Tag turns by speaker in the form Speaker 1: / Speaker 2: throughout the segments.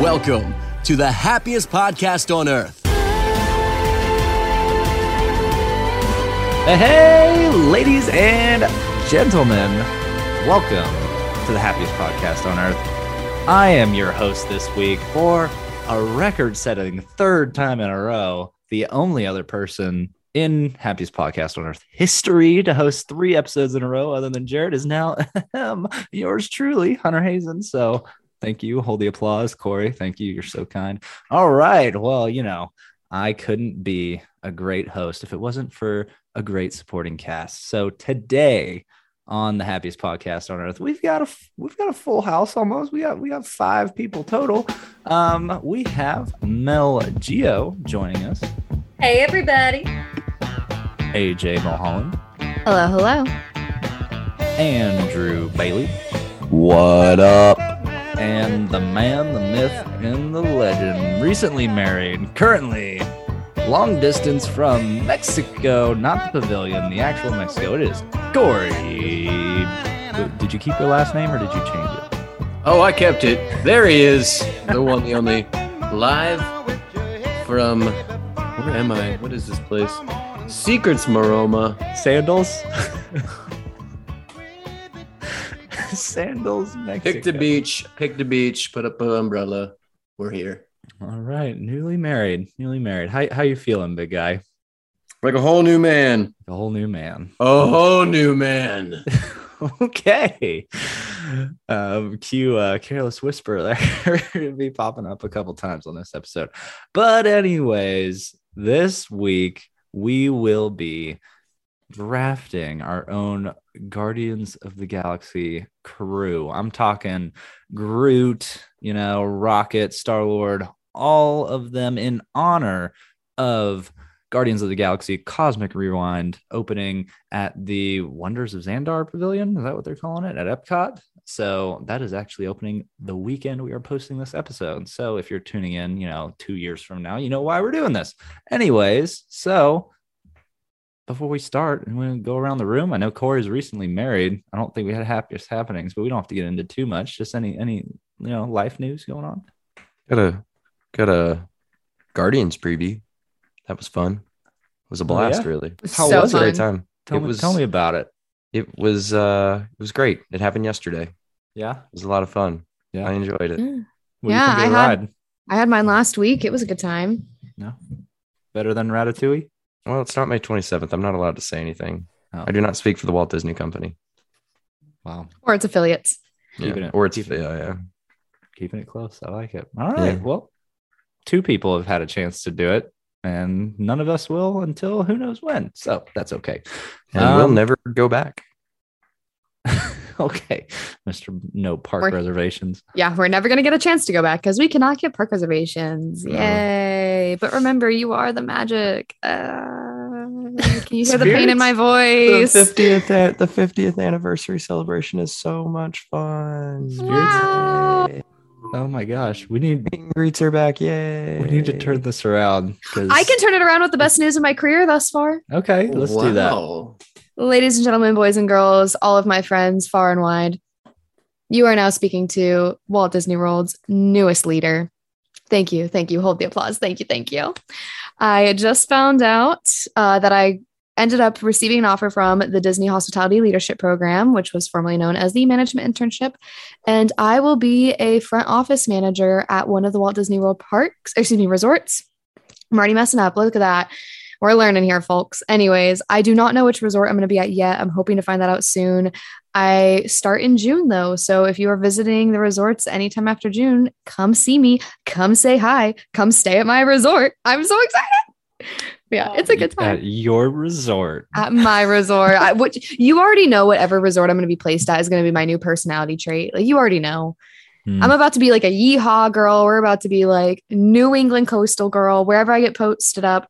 Speaker 1: Welcome to the happiest podcast on earth.
Speaker 2: Uh, Hey, ladies and gentlemen, welcome to the happiest podcast on earth. I am your host this week for a record setting third time in a row, the only other person in happiest podcast on earth history to host three episodes in a row other than Jared is now um, yours truly, Hunter Hazen. So thank you. Hold the applause, Corey. Thank you. You're so kind. All right. Well, you know, I couldn't be a great host if it wasn't for a great supporting cast. So today on the happiest podcast on earth, we've got a we've got a full house almost. We got we got five people total. Um, we have Mel Geo joining us,
Speaker 3: Hey, everybody.
Speaker 2: AJ Mulholland,
Speaker 4: Hello, hello.
Speaker 2: Andrew Bailey,
Speaker 1: What up?
Speaker 2: and the man, the myth, and the legend. Recently married, currently long distance from Mexico, not the pavilion, the actual Mexico. It is Corey. Did you keep your last name or did you change it?
Speaker 5: Oh, I kept it. There he is, the one, the only, live from where am I? What is this place? Secrets Maroma.
Speaker 2: sandals sandals Mexico.
Speaker 5: Pick the beach. Pick the beach. Put up an umbrella. We're here.
Speaker 2: all right newly married newly married how, how you feeling big guy
Speaker 5: Like a whole new man.
Speaker 2: a whole new man
Speaker 5: A whole new man.
Speaker 2: okay um cue uh careless whisper there it'll be popping up a couple times on this episode but anyways this week we will be drafting our own guardians of the galaxy crew i'm talking groot you know rocket star lord all of them in honor of guardians of the galaxy cosmic rewind opening at the Wonders of Xandar Pavilion. Is that what they're calling it at Epcot? So that is actually opening the weekend we are posting this episode. So if you're tuning in, you know, two years from now, you know why we're doing this. Anyways, so before we start and we go around the room, I know Corey's recently married. I don't think we had happiest happenings, but we don't have to get into too much. Just any any you know life news going on.
Speaker 6: Got a got a Guardians preview. That was fun. It was a blast,
Speaker 2: yeah?
Speaker 6: really. It
Speaker 4: It's
Speaker 2: How was
Speaker 4: so
Speaker 6: was a
Speaker 4: fun.
Speaker 6: great time.
Speaker 2: Tell
Speaker 6: It
Speaker 2: me
Speaker 6: was-
Speaker 2: tell me about it.
Speaker 6: It was uh it was great. It happened yesterday. It
Speaker 2: Yeah.
Speaker 6: was a lot of fun.
Speaker 2: Yeah.
Speaker 6: I enjoyed it.
Speaker 4: Mm.
Speaker 2: What do you
Speaker 4: Yeah,
Speaker 2: think of
Speaker 4: I
Speaker 2: the
Speaker 4: had-
Speaker 2: ride?
Speaker 4: I had mine last week. It was a good time.
Speaker 2: No. Better than Ratatouille?
Speaker 6: Well, it's not May 27th. I'm not allowed to say anything.
Speaker 2: Oh.
Speaker 6: I do not speak for the Walt Disney Company.
Speaker 2: Wow.
Speaker 4: Or its affiliates.
Speaker 6: Yeah.
Speaker 2: Keeping it-
Speaker 6: Or it's yeah,
Speaker 2: keeping it-
Speaker 6: yeah.
Speaker 2: keeping it close. I like it. All right.
Speaker 6: Yeah.
Speaker 2: Well, two people have had a chance to do it, and none of us will until who knows when. So that's okay.
Speaker 6: And we'll
Speaker 2: Um,
Speaker 6: never go back.
Speaker 2: okay, Mister No Park
Speaker 4: Or-
Speaker 2: Reservations.
Speaker 4: Yeah, we're never going to get a chance to go back because we cannot get park reservations.
Speaker 6: No.
Speaker 4: Yay. But remember, you are the magic. Uh, can you hear the pain in my
Speaker 6: The
Speaker 4: voice?
Speaker 6: 50th an- the 50th anniversary celebration is so much fun.
Speaker 4: Wow.
Speaker 6: Yay.
Speaker 2: Oh my gosh, we need
Speaker 6: Meet and Greets are back. Yay.
Speaker 2: we need to turn this around. 'cause-
Speaker 4: I can turn it around with the best news of my career thus far.
Speaker 2: Okay, let's do that.
Speaker 5: Wow.
Speaker 4: Ladies and gentlemen, boys and girls, all of my friends far and wide, you are now speaking to Walt Disney World's newest leader. Thank you. Thank you. Hold the applause. Thank you. Thank you. I just found out uh, that I ended up receiving an offer from the Disney Hospitality Leadership Program, which was formerly known as the Management Internship. And I will be a front office manager at one of the Walt Disney World parks, excuse me, resorts. I'm already messing up. Look at that. We're learning here, folks. Anyways, I do not know which resort I'm going to be at yet. I'm hoping to find that out soon. I start in June, though. So if you are visiting the resorts anytime after June, come see me. Come say hi. Come stay at my resort. I'm so excited. Yeah, it's a good time
Speaker 2: At your resort.
Speaker 4: at my resort. I, which you already know, whatever resort I'm going to be placed at is going to be my new personality trait. Like you already know,
Speaker 2: Hmm.
Speaker 4: I'm about to be like a yeehaw girl. We're about to be like New England coastal girl. Wherever I get posted up,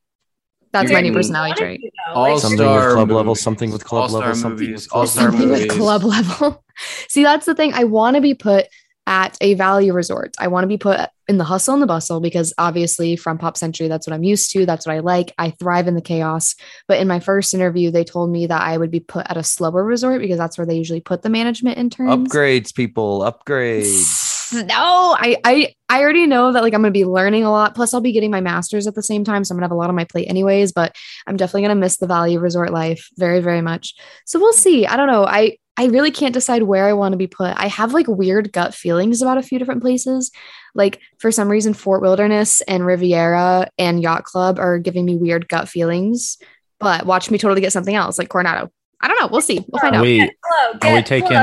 Speaker 4: that's
Speaker 5: You're
Speaker 4: my new
Speaker 5: gonna be-
Speaker 4: personality trait.
Speaker 5: All
Speaker 6: Something with
Speaker 5: star
Speaker 6: club level, something with club
Speaker 5: All-star
Speaker 6: level, something
Speaker 5: movies.
Speaker 6: with club
Speaker 5: All star
Speaker 4: Something
Speaker 5: movies.
Speaker 4: at club level. See, that's the thing. I want to be put at a value resort. I want to be put in the hustle and the bustle because obviously from Pop Century, that's what I'm used to. That's what I like. I thrive in the chaos. But in my first interview, they told me that I would be put at a slower resort because that's where they usually put the management interns.
Speaker 6: Upgrades, people, upgrades.
Speaker 4: no, I, I, I already know that like I'm gonna be learning a lot. Plus, I'll be getting my master's at the same time, so I'm gonna have a lot on my plate anyways. But I'm definitely gonna miss the value of resort life very, very much. So we'll see. I don't know. I, I really can't decide where I want to be put. I have like weird gut feelings about a few different places. Like for some reason, Fort Wilderness and Riviera and Yacht Club are giving me weird gut feelings. But watch me totally get something else, like Coronado. I don't know. We'll see. We'll find
Speaker 2: Are
Speaker 4: out.
Speaker 2: we
Speaker 3: Hello,
Speaker 2: are we
Speaker 3: get
Speaker 2: taking
Speaker 3: hello.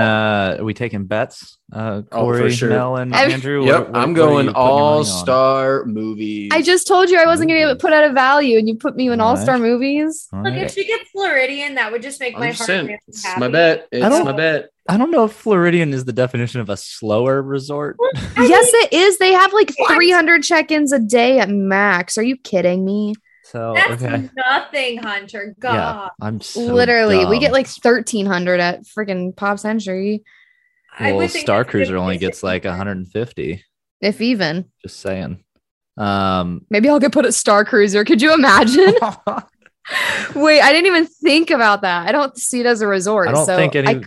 Speaker 2: uh are we taking bets? Uh
Speaker 5: Oh, for
Speaker 2: Corey,
Speaker 5: sure.
Speaker 2: Mel, and
Speaker 4: Every-
Speaker 2: Andrew. What-
Speaker 5: Yep,
Speaker 2: what-
Speaker 5: I'm
Speaker 2: what are you putting
Speaker 5: going
Speaker 2: your money
Speaker 5: all
Speaker 2: on?
Speaker 5: star movies.
Speaker 4: I just told you I wasn't gonna get put out of value, and you put me in all star
Speaker 2: Alright.
Speaker 4: movies.
Speaker 2: All
Speaker 3: Look,
Speaker 2: right.
Speaker 3: if she gets Floridian, that would just make my
Speaker 5: I'm
Speaker 3: heart.
Speaker 5: just saying,
Speaker 3: really
Speaker 5: it's
Speaker 3: happy.
Speaker 5: my bet. It's
Speaker 2: don't-
Speaker 5: my bet.
Speaker 2: I don't know if Floridian is the definition of a slower resort.
Speaker 3: I
Speaker 4: yes, it is. They have like
Speaker 3: What?
Speaker 4: 300 check ins a day at max. Are you kidding me?
Speaker 2: So
Speaker 3: That's
Speaker 2: Oh, okay.
Speaker 3: nothing, Hunter. God,
Speaker 2: I'm so
Speaker 4: Literally, we get
Speaker 2: dumb.
Speaker 4: like 1300 at freaking Pop Century,
Speaker 3: I
Speaker 2: well,
Speaker 3: would think
Speaker 2: Star
Speaker 3: that's good
Speaker 2: Cruiser only
Speaker 3: music.
Speaker 2: gets like 150.
Speaker 4: if even.
Speaker 2: Just saying. Um,
Speaker 4: Maybe I'll get put at Star Cruiser. Could you imagine?
Speaker 2: I
Speaker 4: Wait, I didn't even think about that. I don't see it as a resort.
Speaker 2: don't
Speaker 4: so
Speaker 2: think any.
Speaker 4: I-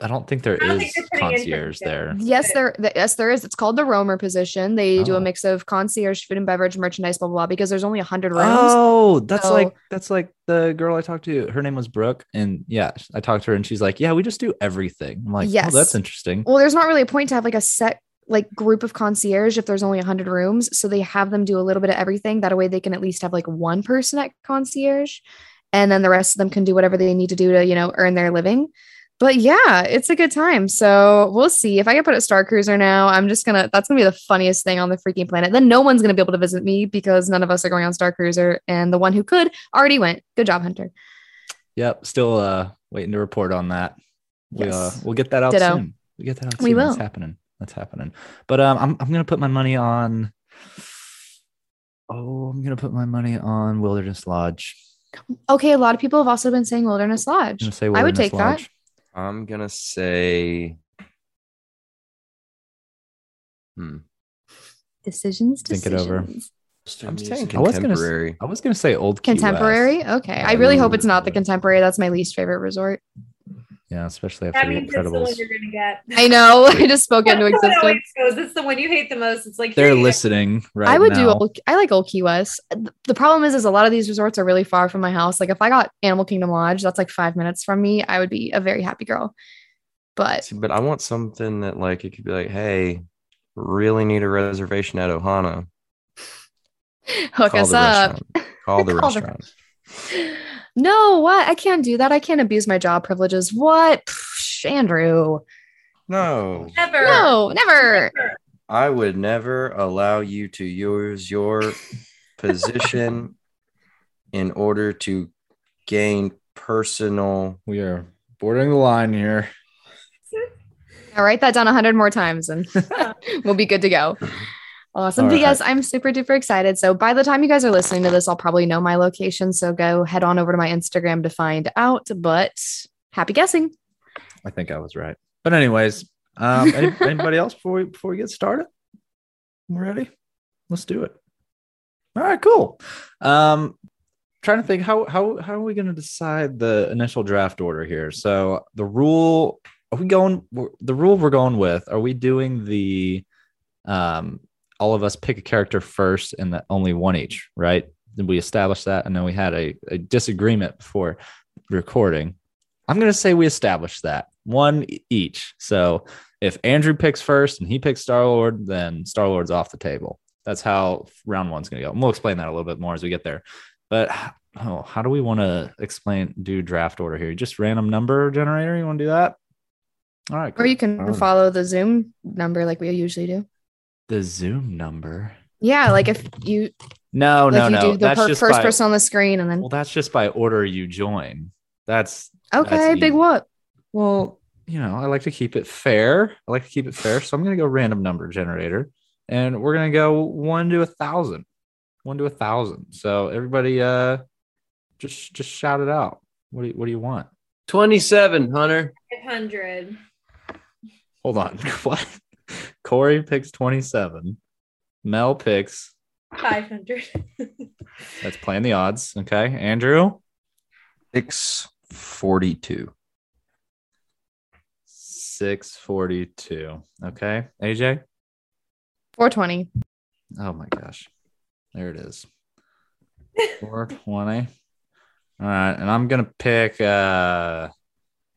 Speaker 2: I, don't think there
Speaker 3: I don't
Speaker 2: is
Speaker 3: think they're putting in
Speaker 2: concierge
Speaker 3: something.
Speaker 2: there.
Speaker 4: Yes, there. th- Yes, there is. It's called the roamer position. They do
Speaker 2: Oh.
Speaker 4: a mix of concierge, food and beverage, merchandise, blah blah blah. Because there's only hundred rooms.
Speaker 2: Oh, that's
Speaker 4: So-
Speaker 2: like that's like the girl I talked to. Her name was Brooke, and yeah, I talked to her, and she's like, "Yeah, we just do everything." I'm like, "Yeah,
Speaker 4: Yes.
Speaker 2: that's interesting."
Speaker 4: Well, there's not really a point to have like a set like group of concierge if there's only 100 rooms so they have them do a little bit of everything that way they can at least have like one person at concierge and then the rest of them can do whatever they need to do to you know earn their living but yeah it's a good time so we'll see if i get put at star cruiser now i'm just gonna that's gonna be the funniest thing on the freaking planet then no one's gonna be able to visit me because none of us are going on star cruiser and the one who could already went good job hunter
Speaker 2: Yep, still uh waiting to report on that. We uh,
Speaker 4: Yes.
Speaker 2: we'll get that out
Speaker 4: Ditto.
Speaker 2: soon. We get that out
Speaker 4: We
Speaker 2: soon. That's
Speaker 4: will.
Speaker 2: happening. That's happening. But um, I'm I'm gonna put my money on. Oh, I'm gonna put my money on Wilderness Lodge.
Speaker 4: okay a lot of people have also been saying wilderness lodge
Speaker 2: I'm gonna say
Speaker 4: i would
Speaker 2: Wilderness
Speaker 4: take
Speaker 2: Lodge.
Speaker 4: that
Speaker 6: I'm gonna say
Speaker 4: decisions
Speaker 2: Think
Speaker 4: decisions
Speaker 2: it over.
Speaker 6: I'm saying
Speaker 2: I was gonna s-
Speaker 6: contemporary.
Speaker 2: I was gonna say Old Key West.
Speaker 4: Contemporary? Okay. I
Speaker 2: Yeah,
Speaker 4: really
Speaker 2: ooh.
Speaker 4: hope it's not the contemporary. That's my least favorite resort.
Speaker 2: Yeah, especially after
Speaker 3: That
Speaker 2: the
Speaker 3: means it's the one
Speaker 2: Incredibles.
Speaker 3: you're gonna get.
Speaker 4: I know. I just spoke
Speaker 3: That's
Speaker 4: into
Speaker 3: the one it
Speaker 4: existence.
Speaker 3: always goes. It's the one you hate the most. It's like
Speaker 2: They're
Speaker 3: here you go.
Speaker 2: listening right
Speaker 4: I would do
Speaker 2: now.
Speaker 4: old, I like Old Key West. Th- The problem is is a lot of these resorts are really far from my house. Like if I got Animal Kingdom Lodge, that's like 5 minutes from me. I would be a very happy girl. But
Speaker 6: See, but I want something that like it could be like, hey, really need a reservation at Ohana.
Speaker 4: hook us
Speaker 6: the
Speaker 4: up.
Speaker 6: restaurant. Call the
Speaker 4: Call the-
Speaker 6: restaurant.
Speaker 4: No, what? I can't do that. I can't abuse my job privileges. What? Psh, Andrew.
Speaker 6: No,
Speaker 3: Never.
Speaker 4: No, never.
Speaker 3: Never.
Speaker 6: I would never allow you to use your position in order to gain personal.
Speaker 2: We are bordering the line here.
Speaker 4: Now write that down a hundred more times and we'll be good to go. Awesome.
Speaker 2: All
Speaker 4: But yes, I'm super duper excited. So by the time you guys are listening to this, I'll probably know my location. So go head on over to my Instagram to find out. But happy guessing.
Speaker 2: I think I was right. But anyways, um, any- anybody else before we before we get started? We're ready. Let's do it. All right, cool. Um, trying to think how how how are we going to decide the initial draft order here? So the rule are we going we're- the rule we're going with? Are we doing the um all of us pick a character first and that only one each, right? Then we established that, and then we had a, a disagreement before recording. I'm going to say we established that one e- each. So if Andrew picks first and he picks Star Lord, then Star Lord's off the table. That's how round one's going to go. And we'll explain that a little bit more as we get there. But oh, how do we want to explain, do draft order here? Just random number generator? You want to do that? All right.
Speaker 4: Or
Speaker 2: cool.
Speaker 4: you can
Speaker 6: Um.
Speaker 4: follow the Zoom number like we usually do.
Speaker 2: the Zoom number.
Speaker 4: Yeah, like if you
Speaker 2: No,
Speaker 4: like
Speaker 2: Oh, no,
Speaker 4: you
Speaker 2: no.
Speaker 4: do the
Speaker 2: that's
Speaker 4: per-
Speaker 2: just
Speaker 4: first
Speaker 2: by,
Speaker 4: person on the screen and then
Speaker 2: Well, that's just by order you join. That's
Speaker 4: okay, big
Speaker 2: easy.
Speaker 4: whoop.
Speaker 2: Well, you know, I like to keep it fair. I like to keep it fair. So I'm going to go random number generator and we're going to go one to a thousand, one to a thousand. So everybody, uh, just, just shout it out. What do you, what do you want?
Speaker 5: 27, Hunter.
Speaker 3: 500.
Speaker 2: Hold on. What? Corey picks 27. Mel picks.
Speaker 3: 500.
Speaker 2: That's playing the odds. Okay. Andrew,
Speaker 6: 642.
Speaker 2: 642. Okay. AJ,
Speaker 4: 420.
Speaker 2: Oh my gosh. There it is. 420. All right. And I'm gonna pick uh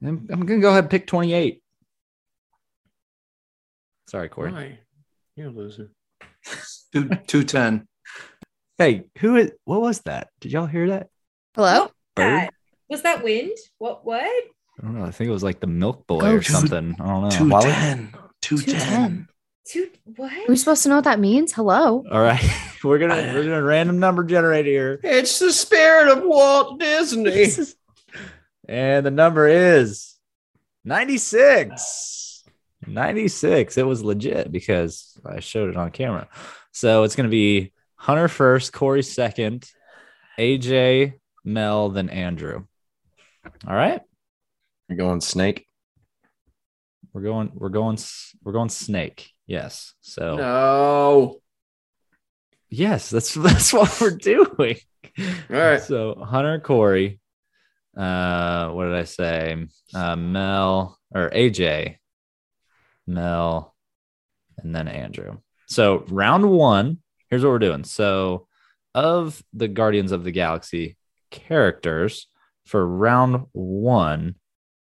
Speaker 2: I'm, I'm gonna go ahead and pick 28. Sorry, Corey.
Speaker 5: Why? You're a loser.
Speaker 7: Two, 210.
Speaker 2: Hey, who is what was that? Did y'all hear that?
Speaker 4: Hello?
Speaker 2: Bird?
Speaker 3: That- Was that wind? What? What?
Speaker 2: I don't know. I think it was like the milk boy
Speaker 4: Go
Speaker 2: or
Speaker 7: to-
Speaker 2: something. I don't know. Wally?
Speaker 7: 210. 210.
Speaker 3: Two?
Speaker 4: Are we
Speaker 3: What?
Speaker 4: supposed to know what that means? Hello?
Speaker 2: All right. We're gonna we're gonna random number generator here.
Speaker 5: It's the spirit of Walt Disney.
Speaker 2: And the number is 96. 96. It was legit because I showed it on camera. So it's going to be Hunter first, Corey second, AJ, Mel, then Andrew. All right.
Speaker 6: You're going snake.
Speaker 2: We're going, we're going, s- we're going snake. Yes. So,
Speaker 5: No.
Speaker 2: yes, that's, that's what we're doing.
Speaker 5: All right.
Speaker 2: So Hunter, Corey, uh, what did I say? Uh, Mel or AJ, Mel, and then Andrew. So round one. Here's what we're doing. So of the Guardians of the Galaxy characters for round one,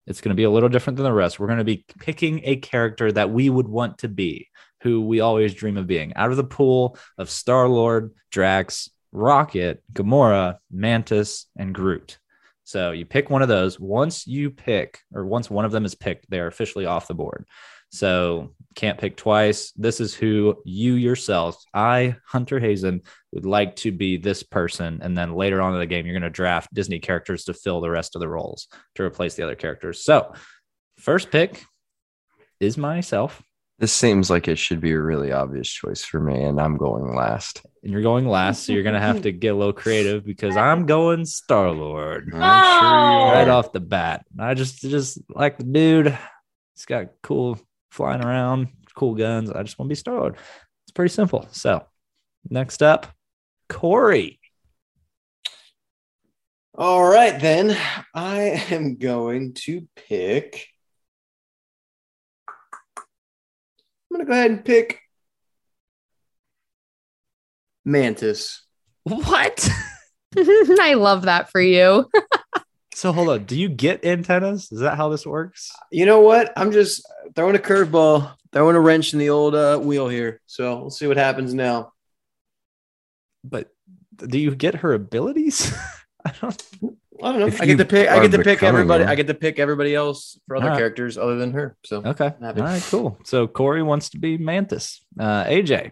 Speaker 2: it's going to be a little different than the rest. We're going to be picking a character that we would want to be, who we always dream of being. Out of the pool of Star Lord, Drax, Rocket, Gamora, Mantis, and Groot. So you pick one of those. Once you pick, or once one of them is picked, they're officially off the board. So can't pick twice. This is who you yourself, I, Hunter Hazen, would like to be this person. And then later on in the game, you're going to draft Disney characters to fill the rest of the roles to replace the other characters. So first pick is myself,
Speaker 6: This seems like it should be a really obvious choice for me, and I'm going last.
Speaker 2: and you're going last. So you're going to have to get a little creative because I'm going Star Lord.
Speaker 3: Oh.
Speaker 2: right off the bat. I just just like the dude. He's got cool flying around, cool guns. I just want to be Star Lord. It's pretty simple. So next up, Corey.
Speaker 5: All right, then. I am going to pick. I'm going to go ahead and pick Mantis.
Speaker 2: What?
Speaker 4: I love that for you.
Speaker 2: So hold on. Do you get antennas? Is that how this works?
Speaker 5: You know what? I'm just throwing a curveball, throwing a wrench in the old uh, wheel here. So we'll see what happens now.
Speaker 2: But do you get her abilities? I don't.
Speaker 5: I don't know.
Speaker 6: If
Speaker 5: I get
Speaker 6: you
Speaker 5: to pick. I
Speaker 6: are
Speaker 5: get to pick
Speaker 6: becoming
Speaker 5: everybody.
Speaker 6: her.
Speaker 5: I get to pick everybody else for other
Speaker 2: All right.
Speaker 5: characters other than her. So
Speaker 2: Okay. All
Speaker 5: Happy.
Speaker 2: right. Cool. So Corey wants to be Mantis. Uh, AJ.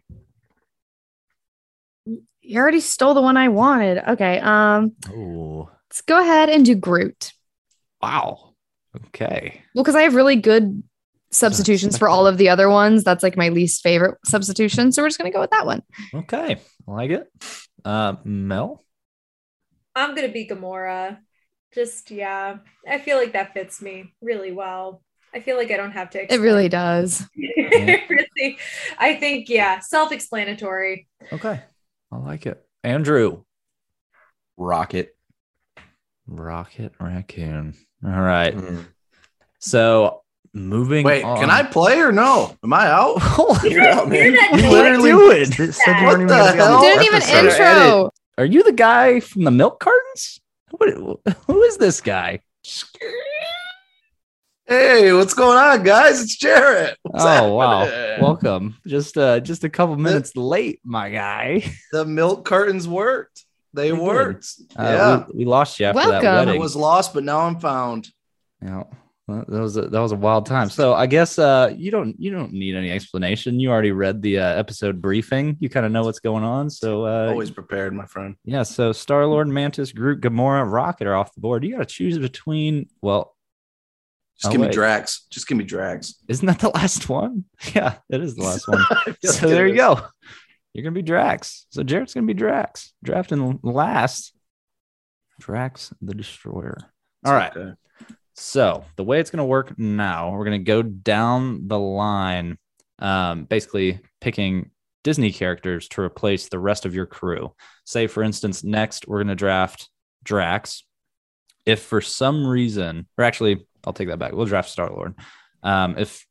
Speaker 4: You already stole the one I wanted. Okay. Um,
Speaker 2: Oh.
Speaker 4: let's go ahead and do Groot.
Speaker 2: Wow. Okay.
Speaker 4: Well, because I have really good substitutions for all of the other ones. That's like my least favorite substitution. So we're just gonna go with that one.
Speaker 2: Okay. I like it. Uh, Mel.
Speaker 3: I'm gonna be Gamora. Just yeah, I feel like that fits me really well. I feel like I don't have to.
Speaker 4: It
Speaker 3: explain.
Speaker 4: really does.
Speaker 3: It really. I think yeah, self-explanatory.
Speaker 2: Okay. I like it. Andrew.
Speaker 6: Rocket.
Speaker 2: Rocket Raccoon. All right.
Speaker 6: Mm.
Speaker 2: So moving
Speaker 7: Wait,
Speaker 2: on.
Speaker 7: can I play or no? Am I out?
Speaker 2: Holy
Speaker 5: you're out, man.
Speaker 3: You're not
Speaker 2: what
Speaker 3: doing
Speaker 2: are you
Speaker 3: it.
Speaker 2: doing?
Speaker 6: This
Speaker 3: said you
Speaker 7: What weren't even the gonna be on the hell?
Speaker 4: Didn't even
Speaker 7: episode.
Speaker 4: intro.
Speaker 2: Are you the guy from the milk cartons? What, who is this guy?
Speaker 7: Hey, what's going on, guys? It's Jarrett. What's
Speaker 2: oh wow.
Speaker 7: happening?
Speaker 2: Welcome. Just uh just a couple minutes late, my guy.
Speaker 7: the milk curtains worked. They
Speaker 2: They did.
Speaker 7: worked.
Speaker 2: Uh,
Speaker 7: yeah.
Speaker 2: we, we lost you after that
Speaker 4: Welcome.
Speaker 2: wedding.
Speaker 7: I was lost, but now I'm found.
Speaker 2: Yeah. Well, that was a, that was a wild time. So I guess uh, you don't you don't need any explanation. You already read the uh, episode briefing. You kind of know what's going on. So uh,
Speaker 7: Always prepared, my friend.
Speaker 2: yeah. So Star Lord, Mantis, Groot, Gamora, Rocket are off the board. You got to choose between. Well,
Speaker 7: Just
Speaker 2: Oh,
Speaker 7: give me
Speaker 2: wait.
Speaker 7: Drax. Just give me Drax.
Speaker 2: isn't that the last one? Yeah, it is the last one.
Speaker 7: I feel like
Speaker 2: so
Speaker 7: it
Speaker 2: there you
Speaker 7: is.
Speaker 2: go. You're gonna be Drax. So Jared's gonna be Drax. Drafting last. Drax the Destroyer.
Speaker 7: It's
Speaker 2: All right.
Speaker 7: okay.
Speaker 2: So the way it's going to work now, we're going to go down the line, um, basically picking Disney characters to replace the rest of your crew. Say, for instance, next we're going to draft Drax. If for some reason, or actually, I'll take that back. We'll draft Star Lord. Um, if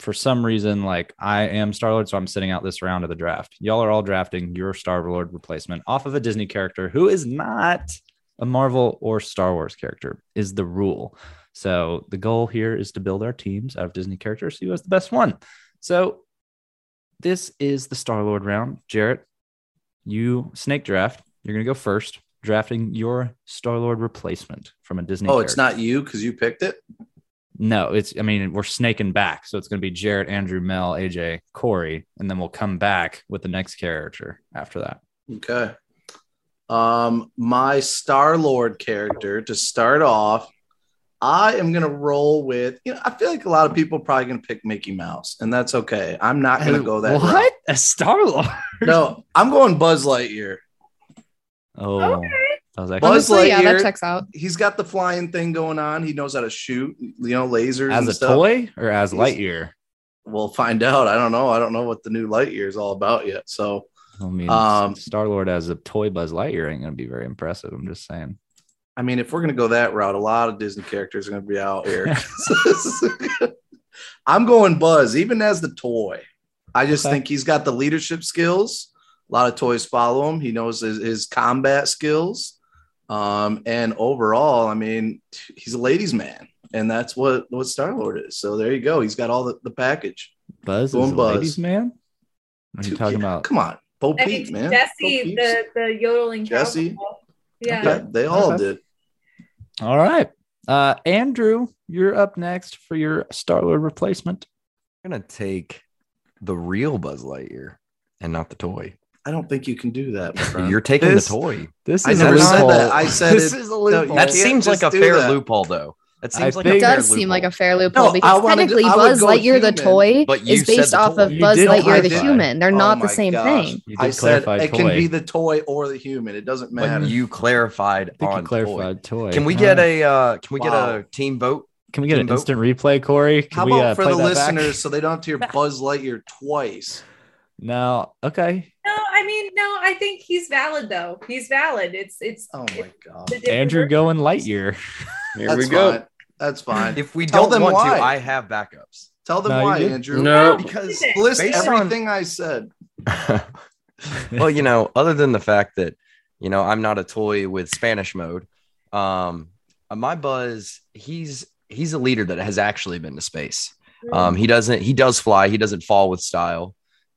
Speaker 2: for some reason, like I am Star Lord, so I'm sitting out this round of the draft. Y'all are all drafting your Star Lord replacement off of a Disney character who is not a Marvel or Star Wars character, is the rule. So the goal here is to build our teams out of Disney characters, see who has the best one. So this is the Star Lord round. Jarrett, you snake draft. You're going to go first, drafting your Star Lord replacement from a Disney.
Speaker 5: Oh, it's
Speaker 2: character.
Speaker 5: not you because you picked it.
Speaker 2: No, it's, I mean, we're snaking back. So it's going to be Jarrett, Andrew, Mel, AJ, Corey, and then we'll come back with the next character after that.
Speaker 5: Okay. Um, my Star Lord character to start off, I am gonna roll with. You know, I feel like a lot of people probably gonna pick Mickey Mouse, and that's okay. I'm not gonna go that.
Speaker 2: What?
Speaker 5: route.
Speaker 2: A Star Lord?
Speaker 5: No, I'm going Buzz Lightyear.
Speaker 2: Oh,
Speaker 3: Okay.
Speaker 2: that was actually
Speaker 5: Buzz
Speaker 4: Honestly, yeah,
Speaker 5: Lightyear.
Speaker 4: that checks out.
Speaker 5: He's got the flying thing going on. He knows how to shoot. You know, lasers
Speaker 2: as
Speaker 5: and
Speaker 2: a
Speaker 5: stuff.
Speaker 2: toy or as
Speaker 5: He's-
Speaker 2: Lightyear?
Speaker 5: We'll find out. I don't know. I don't know what the new Lightyear is all about yet. So
Speaker 2: I mean,
Speaker 5: Um,
Speaker 2: Star Lord as a toy Buzz Lightyear ain't going to be very impressive. I'm just saying.
Speaker 5: I mean, if we're gonna go that route, a lot of Disney characters are gonna be out here. I'm going Buzz, even as the toy. I just
Speaker 2: Okay.
Speaker 5: think he's got the leadership skills. A lot of toys follow him. He knows his, his combat skills, um, and overall, I mean, he's a ladies' man, and that's what what Star Lord is. So there you go. He's got all the, the package.
Speaker 2: Buzz
Speaker 5: Going
Speaker 2: is a
Speaker 5: Buzz.
Speaker 2: ladies' man? Are you talking
Speaker 5: Yeah,
Speaker 2: about?
Speaker 5: Come on, Bo
Speaker 3: I
Speaker 5: Peep,
Speaker 3: mean,
Speaker 5: man. Bo
Speaker 3: Jesse,
Speaker 5: Peep's-
Speaker 3: the, the yodeling
Speaker 5: Jesse?
Speaker 3: cowgirl.
Speaker 5: yeah,
Speaker 3: Yeah.
Speaker 5: they all
Speaker 2: Okay.
Speaker 5: did.
Speaker 2: All right. Uh, Andrew, you're up next for your Star Lord replacement.
Speaker 6: I'm gonna take the real Buzz Lightyear and not the toy.
Speaker 5: I don't think you can do that. my friend.
Speaker 6: You're taking
Speaker 2: This-
Speaker 6: the toy.
Speaker 2: This
Speaker 5: I
Speaker 2: is a
Speaker 5: never said
Speaker 2: loophole.
Speaker 5: that. I said
Speaker 2: this
Speaker 5: it-
Speaker 2: is a loophole.
Speaker 5: you
Speaker 6: That
Speaker 5: can't
Speaker 6: seems like
Speaker 5: just
Speaker 6: a
Speaker 5: do
Speaker 6: fair
Speaker 5: that.
Speaker 6: loophole, though. That
Speaker 2: I
Speaker 6: seems like
Speaker 2: think-
Speaker 4: It
Speaker 6: a fair
Speaker 4: does seem like a
Speaker 6: loophole.
Speaker 4: fair loophole
Speaker 5: No, I
Speaker 4: because
Speaker 5: wanna do-
Speaker 4: technically
Speaker 5: I would
Speaker 4: Buzz
Speaker 5: go
Speaker 4: Lightyear the
Speaker 5: human,
Speaker 4: toy
Speaker 6: but you
Speaker 4: is
Speaker 6: said
Speaker 4: based
Speaker 6: the
Speaker 4: off
Speaker 6: toy.
Speaker 4: of
Speaker 2: You
Speaker 4: Buzz
Speaker 2: did
Speaker 4: Lightyear the
Speaker 2: clarify.
Speaker 4: human. They're
Speaker 5: Oh
Speaker 4: not the
Speaker 5: my
Speaker 4: same
Speaker 5: gosh.
Speaker 4: thing.
Speaker 2: You did
Speaker 5: I said
Speaker 2: clarify
Speaker 5: it can
Speaker 2: toy.
Speaker 5: be the toy or the human. It doesn't matter.
Speaker 6: But you clarified
Speaker 2: I think you
Speaker 6: on toy.
Speaker 2: clarified toy.
Speaker 6: Can we
Speaker 2: All
Speaker 6: get
Speaker 2: right.
Speaker 6: a uh, can we get
Speaker 5: Wow.
Speaker 6: a team vote?
Speaker 2: Can we get an
Speaker 6: Jimbo?
Speaker 2: instant replay, Corey? Can
Speaker 5: How
Speaker 2: we,
Speaker 5: about
Speaker 2: uh,
Speaker 5: for
Speaker 2: play
Speaker 5: the
Speaker 2: that back?
Speaker 5: listeners so they don't have to hear Buzz Lightyear twice?
Speaker 2: No. Okay.
Speaker 3: No, I mean, no, I think he's valid though. He's valid. It's it's
Speaker 5: Oh my god.
Speaker 3: it's a different
Speaker 2: Andrew going Lightyear.
Speaker 8: Here
Speaker 5: That's
Speaker 8: we go.
Speaker 5: Fine. That's fine.
Speaker 6: If we
Speaker 5: Tell
Speaker 6: don't
Speaker 5: them
Speaker 6: want
Speaker 5: why.
Speaker 6: to, I have backups.
Speaker 5: Tell them
Speaker 2: No, you
Speaker 5: why,
Speaker 2: did.
Speaker 5: Andrew.
Speaker 8: No.
Speaker 6: Because
Speaker 5: List
Speaker 6: Based on-
Speaker 5: everything I said.
Speaker 6: well, you know, other than the fact that you know I'm not a toy with Spanish mode, um, my Buzz he's he's a leader that has actually been to space. Um, he doesn't he does fly. He doesn't fall with style.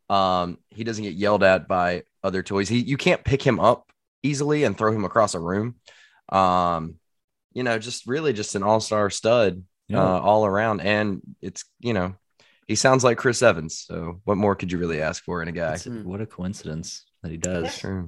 Speaker 6: Um, he doesn't get yelled at by other toys. He you can't pick him up easily and throw him across a room. Um, you know, just really just an all star stud
Speaker 2: Yeah.
Speaker 6: uh, all around, and it's you know. He sounds like Chris Evans. So, what more could you really ask for in a guy?
Speaker 2: That's- what a coincidence that he does.
Speaker 6: Sure.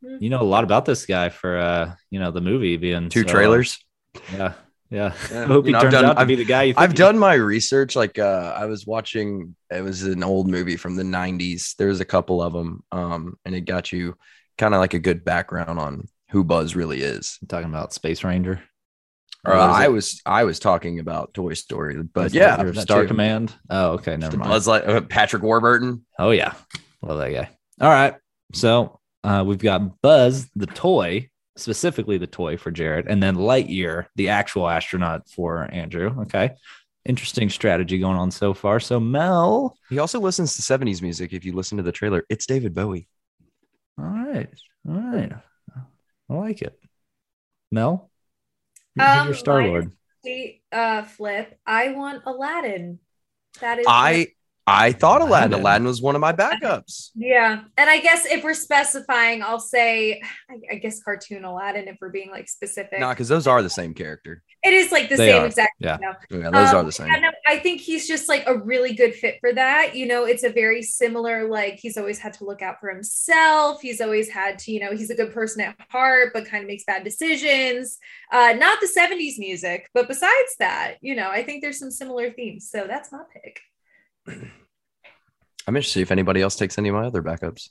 Speaker 2: You know a lot about this guy for uh, you know, the movie being
Speaker 6: Two
Speaker 2: so- uh,
Speaker 6: trailers.
Speaker 2: Yeah. Yeah.
Speaker 6: Yeah.
Speaker 2: I hope he
Speaker 6: You know, I've
Speaker 2: turns
Speaker 6: done-
Speaker 2: out to
Speaker 6: I've-
Speaker 2: be the guy you think
Speaker 6: I've
Speaker 2: he-
Speaker 6: done my research. Like uh, I was watching, it was an old movie from the '90s. There was a couple of them, um, and it got you kind of like a good background on who Buzz really is.
Speaker 2: I'm talking about Space Ranger.
Speaker 6: Uh,
Speaker 2: Or was
Speaker 6: I
Speaker 2: it-
Speaker 6: was I was talking about Toy Story, but
Speaker 2: was it
Speaker 6: yeah,
Speaker 2: Ranger of
Speaker 6: that
Speaker 2: Star
Speaker 6: too.
Speaker 2: Command. Oh, okay,
Speaker 6: The
Speaker 2: never mind.
Speaker 6: Buzz like uh, Patrick Warburton.
Speaker 2: Oh yeah. Love that guy. All right. So uh, we've got Buzz the toy, specifically the toy for Jared, and then Lightyear, the actual astronaut for Andrew. Okay. Interesting strategy going on so far. So Mel.
Speaker 6: He also listens to '70s music. If you listen to the trailer, it's David Bowie.
Speaker 2: All right. All right. I like it. Mel?
Speaker 3: Um,
Speaker 2: Your Star
Speaker 3: mine-
Speaker 2: Lord.
Speaker 3: The, uh, flip. I want Aladdin. That is
Speaker 6: I I thought Aladdin.
Speaker 2: Aladdin.
Speaker 6: Aladdin was one of my backups.
Speaker 3: Yeah. And I guess if we're specifying, I'll say, I, I guess cartoon Aladdin if we're being like specific.
Speaker 6: Nah, because those are the same character. Oh,
Speaker 3: it is like the
Speaker 2: They
Speaker 3: same
Speaker 2: are,
Speaker 3: exact.
Speaker 2: yeah.
Speaker 3: no.
Speaker 6: Yeah, those
Speaker 3: Um,
Speaker 6: are the same.
Speaker 3: Yeah, no, I think he's just like a really good fit for that. You know, it's a very similar, like, he's always had to look out for himself. He's always had to, you know, he's a good person at heart, but kind of makes bad decisions. Uh, not the 70s music, but besides that, you know, I think there's some similar themes. So that's my pick.
Speaker 6: I'm interested if anybody else takes any of my other backups.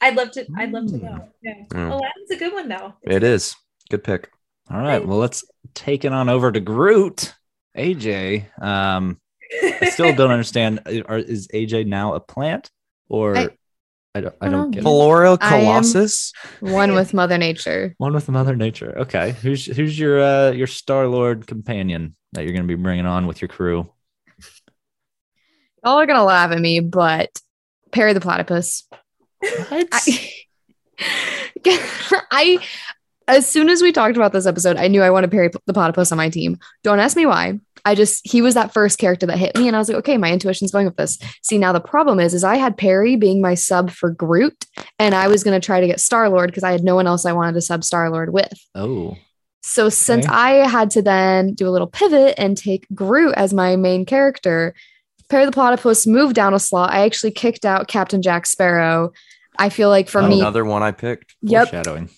Speaker 3: I'd love to, I'd love to
Speaker 2: Mm.
Speaker 3: know. Yeah.
Speaker 6: Mm.
Speaker 3: Aladdin's a good one, though.
Speaker 6: It is good pick.
Speaker 2: All right. Well, let's take it on over to Groot. AJ. Um, I still don't understand. Are, is AJ now a plant or I,
Speaker 4: I-
Speaker 2: don't,
Speaker 4: I
Speaker 2: I don't
Speaker 4: don't
Speaker 2: get it.
Speaker 6: Flora
Speaker 4: I am-
Speaker 6: Colossus.
Speaker 4: One with Mother Nature.
Speaker 2: One with Mother Nature. Okay, who's who's your uh, your Star Lord companion that you're going to be bringing on with your crew?
Speaker 4: Y'all are gonna laugh at me, but Perry the Platypus.
Speaker 2: What?
Speaker 4: I, I as soon as we talked about this episode, I knew I wanted Perry the Platypus on my team. Don't ask me why. I just he was that first character that hit me, and I was like, okay, my intuition's going with this. See, now the problem is, is I had Perry being my sub for Groot, and I was gonna try to get Star Lord because I had no one else I wanted to sub Star Lord with.
Speaker 2: oh,
Speaker 4: So since
Speaker 2: Okay.
Speaker 4: I had to then do a little pivot and take Groot as my main character, Pair the Platypus moved down a slot. I actually kicked out Captain Jack Sparrow. I feel like for me,
Speaker 6: Another one I picked.
Speaker 4: yep,
Speaker 2: foreshadowing.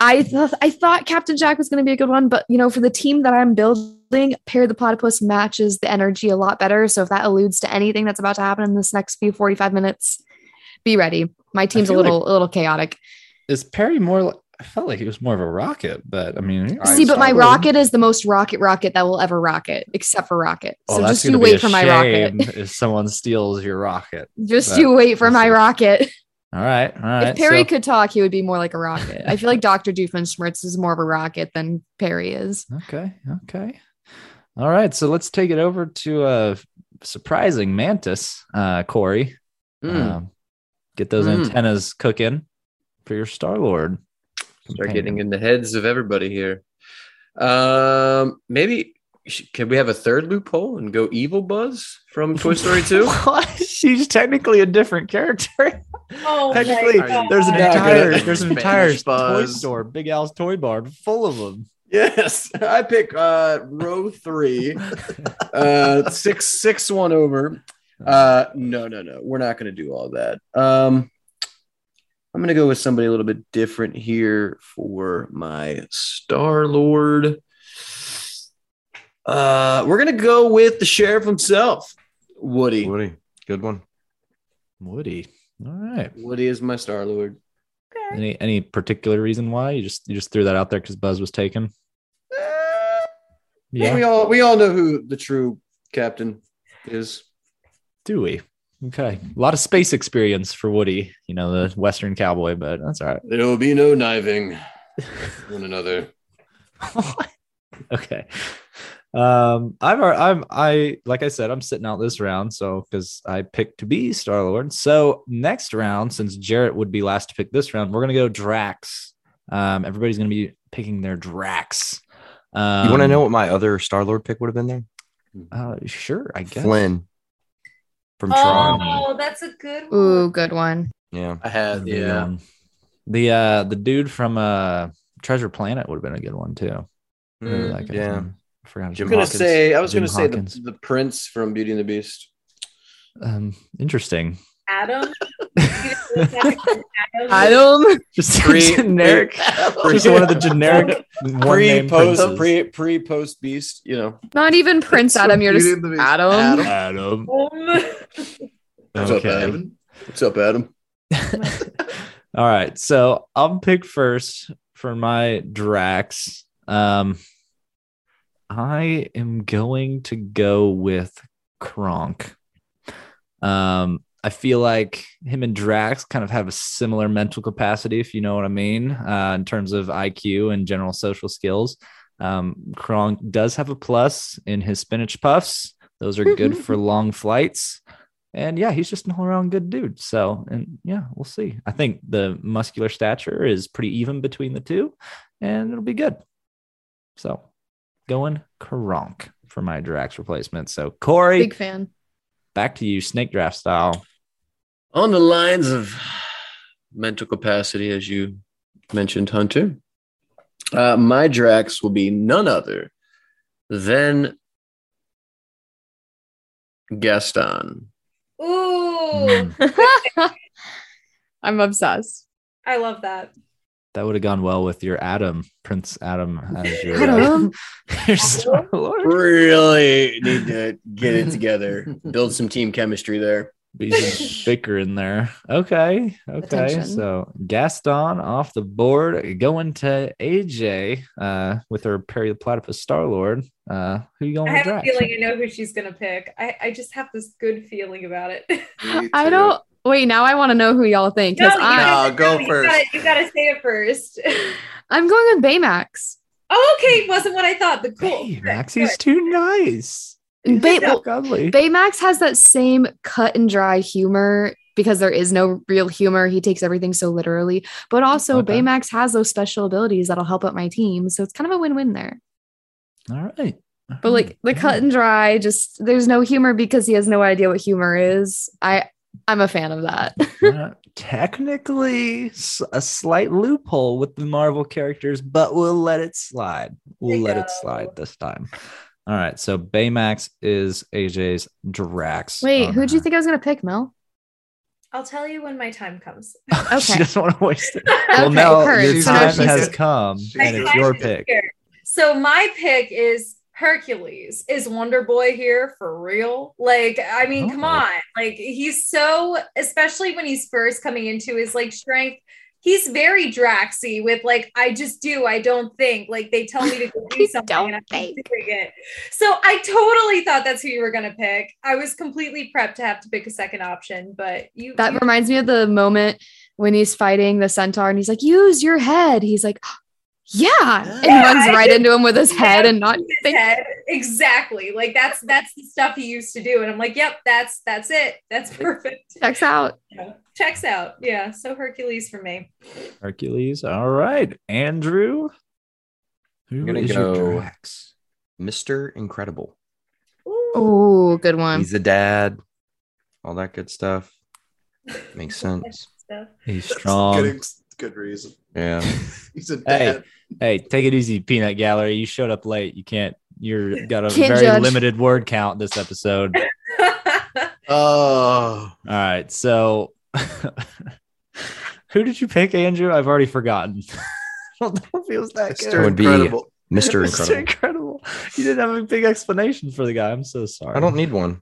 Speaker 4: I th- I thought Captain Jack was going to be a good one, but you know, for the team that I'm building, Pair the Platypus matches the energy a lot better. So if that alludes to anything that's about to happen in this next few 45 minutes, be ready. My team's a
Speaker 2: feel like-
Speaker 4: little a little chaotic.
Speaker 2: Is Perry more? Like, I felt like he was more of a rocket, but I mean,
Speaker 6: I'm
Speaker 4: See, but my
Speaker 6: sorry.
Speaker 4: rocket is the most rocket rocket that will ever rocket, except for rocket.
Speaker 2: Oh,
Speaker 4: so
Speaker 2: that's
Speaker 4: just
Speaker 2: gonna
Speaker 4: you
Speaker 2: be a
Speaker 4: wait for my rocket.
Speaker 2: shame If someone steals your rocket,
Speaker 4: Just
Speaker 2: But
Speaker 4: you wait for
Speaker 2: we'll
Speaker 4: my
Speaker 2: see.
Speaker 4: rocket.
Speaker 2: all right, all right.
Speaker 4: if Perry
Speaker 2: so-
Speaker 4: could talk, he would be more like a rocket. I feel like Dr. Doofenshmirtz is more of a rocket than Perry is.
Speaker 2: Okay. Okay. All right. So let's take it over to uh surprising mantis, uh, Corey.
Speaker 5: Mm.
Speaker 2: Um, get those
Speaker 5: Mm.
Speaker 2: antennas cooking for your Star Lord.
Speaker 5: Start getting in the heads of everybody here. Um, maybe sh- can we have a third loophole and go evil Buzz from Toy Story Two?
Speaker 2: She's technically a different character.
Speaker 3: Oh, my
Speaker 2: Technically,
Speaker 3: God.
Speaker 2: there's an
Speaker 7: Yeah, good.
Speaker 2: entire there's an
Speaker 7: Spanish
Speaker 2: entire toy
Speaker 7: Buzz.
Speaker 2: store, Big Al's toy barn, full of them.
Speaker 5: yes, I pick uh, row three, uh, six six one over. Uh, no, no, no. We're not going to do all that. Um, I'm going to go with somebody a little bit different here for my Star Lord. Uh, we're going to go with the sheriff himself, Woody. Woody,
Speaker 6: Woody, good one.
Speaker 2: Woody. All right.
Speaker 5: is my Star Lord.
Speaker 2: Any any particular reason why you just you just threw that out there because Buzz was taken?
Speaker 5: We all we all know who the true captain is.
Speaker 2: Do we? Okay. A lot of space experience for Woody, you know, the Western cowboy, but that's all
Speaker 5: There will be no kniving one another.
Speaker 2: right. okay. Um, I've al- I'm I like I said, I'm sitting out this round, so because I picked to be Star Lord. So next round, since Jarrett would be last to pick this round, we're gonna go Drax. Um, everybody's gonna be picking their Drax. Um,
Speaker 6: You want to know what my other Star Lord pick would have been there?
Speaker 2: Uh, sure, I guess.
Speaker 6: Flynn from Tron.
Speaker 3: Oh, that's a good one.
Speaker 4: Ooh, good one.
Speaker 6: Yeah.
Speaker 7: I had,
Speaker 2: That'd be a good
Speaker 7: yeah.
Speaker 2: one. um, The uh the dude from uh Treasure Planet would have been a good one too. Really like his
Speaker 6: yeah.
Speaker 2: name. I forgot his
Speaker 5: I
Speaker 2: name.
Speaker 5: was
Speaker 6: Jim
Speaker 5: gonna
Speaker 6: Hawkins.
Speaker 5: say I was
Speaker 2: Jim
Speaker 5: gonna say
Speaker 2: Hawkins.
Speaker 5: the, the prince from Beauty and the Beast.
Speaker 2: Um, interesting.
Speaker 3: Adam. Adam.
Speaker 4: Adam.
Speaker 2: Just
Speaker 5: Pre-
Speaker 2: generic. just one of the generic one
Speaker 5: pre
Speaker 2: name
Speaker 5: post
Speaker 2: princes.
Speaker 5: pre pre post Beast. You know,
Speaker 4: Not even Prince Adam. You're just Adam.
Speaker 2: Adam.
Speaker 5: What's up,
Speaker 2: Okay.
Speaker 5: Adam? What's up, Adam?
Speaker 2: All right. So I'll pick first for my Drax. Um, I am going to go with Kronk. Um, I feel like him and Drax kind of have a similar mental capacity, if you know what I mean, uh, in terms of IQ and general social skills. Um, Kronk does have a plus in his spinach puffs. Those are good for long flights. And yeah, he's just an all around good dude. So, and yeah, we'll see. I think the muscular stature is pretty even between the two, and it'll be good. So, going Kronk for my Drax replacement. So, Corey,
Speaker 4: Big fan.
Speaker 2: back to you, snake draft style.
Speaker 5: On the lines of mental capacity, as you mentioned, Hunter, uh, my Drax will be none other than Gaston.
Speaker 2: Hmm.
Speaker 3: Ooh,
Speaker 4: I'm obsessed.
Speaker 3: I love that.
Speaker 2: That would have gone well with your Adam, Prince Adam, as your, uh,
Speaker 4: Adam.
Speaker 2: your Star Lord.
Speaker 5: Really need to get it together, build some team chemistry there.
Speaker 2: Be some bicker in there. Okay. Okay.
Speaker 4: Attention.
Speaker 2: So Gaston off the board, going to AJ uh, with her Perry the Platypus Star Lord. Uh, who you going
Speaker 3: I
Speaker 2: with?
Speaker 3: have a
Speaker 2: Drax?
Speaker 3: feeling I know who she's gonna pick. I, I just have this good feeling about it.
Speaker 4: I don't. Wait, now I want to know who y'all think.
Speaker 3: No,
Speaker 4: Because
Speaker 3: you
Speaker 4: I
Speaker 3: gotta-
Speaker 7: No, go
Speaker 3: you
Speaker 7: first.
Speaker 3: Gotta, you gotta say it first.
Speaker 4: I'm going with Baymax.
Speaker 3: oh, okay, wasn't what I thought, but cool.
Speaker 2: Hey,
Speaker 3: Good,
Speaker 2: Maxi's too nice.
Speaker 4: Bay-
Speaker 2: Not godly.
Speaker 4: Baymax has that same cut and dry humor because there is no real humor. He takes everything so literally. But also,
Speaker 2: Okay.
Speaker 4: Baymax has those special abilities that'll help out my team. So it's kind of a win win there.
Speaker 2: All right.
Speaker 4: But like
Speaker 2: Mm-hmm.
Speaker 4: the cut and dry, just there's no humor because he has no idea what humor is. I I'm a fan of that.
Speaker 2: Uh, technically s- a slight loophole with the Marvel characters, but we'll let it slide. We'll let it slide this time. All right. So Baymax is AJ's Drax.
Speaker 4: Wait,
Speaker 2: on
Speaker 4: who do you
Speaker 2: her-
Speaker 4: think I was gonna pick, Mel?
Speaker 3: I'll tell you when my time comes.
Speaker 2: she
Speaker 4: Okay.
Speaker 2: doesn't want to waste it.
Speaker 4: Okay,
Speaker 2: Well, Mel,
Speaker 4: Kurt,
Speaker 2: your
Speaker 4: so now
Speaker 2: time
Speaker 4: she's-
Speaker 2: has come,
Speaker 3: My
Speaker 2: and it's
Speaker 3: time
Speaker 2: your
Speaker 3: is
Speaker 2: pick.
Speaker 3: here. So my pick is Hercules. Is Wonder Boy here for real? Like, I mean, come
Speaker 2: Oh.
Speaker 3: on. Like, he's so, especially when he's first coming into his like strength. He's very Draxy with like, I just do, I don't think. Like they tell me to go do
Speaker 4: I
Speaker 3: something
Speaker 4: don't
Speaker 3: and I'm
Speaker 4: think.
Speaker 3: doing it. So I totally thought that's who you were gonna pick. I was completely prepped to have to pick a second option, but you
Speaker 4: That
Speaker 3: you-
Speaker 4: reminds me of the moment when he's fighting the centaur and he's like, use your head. He's like, yeah, and
Speaker 3: Yeah,
Speaker 4: runs
Speaker 3: I
Speaker 4: right into him with his head
Speaker 3: Yeah,
Speaker 4: and not
Speaker 3: with his
Speaker 4: think.
Speaker 3: head. exactly like that's that's the stuff he used to do and i'm like yep that's that's it that's perfect
Speaker 4: Checks out.
Speaker 3: checks out yeah so hercules for me
Speaker 2: Hercules. All right, Andrew. Who
Speaker 6: gonna
Speaker 2: is your
Speaker 6: go-
Speaker 2: Drax?
Speaker 6: Mr. Incredible.
Speaker 3: Ooh.
Speaker 4: Oh, good one.
Speaker 6: He's the dad, all that good stuff. Makes sense.
Speaker 3: So-
Speaker 2: He's
Speaker 7: That's
Speaker 2: strong.
Speaker 7: Good, ex- good reason.
Speaker 6: Yeah.
Speaker 7: He's a
Speaker 2: Hey.
Speaker 7: dad.
Speaker 2: Hey, take it easy, Peanut Gallery. You showed up late. You can't. You're got a
Speaker 4: Can't
Speaker 2: very
Speaker 4: judge.
Speaker 2: limited word count this episode.
Speaker 7: Oh,
Speaker 2: All right, so who did you pick, Andrew? I've already forgotten. I don't know if it was that
Speaker 7: Mr.
Speaker 2: good.
Speaker 6: would be-
Speaker 7: incredible.
Speaker 2: Mr.
Speaker 6: Mr. Incredible.
Speaker 2: Incredible. You didn't have a big explanation for the guy. I'm so sorry.
Speaker 6: I don't need one.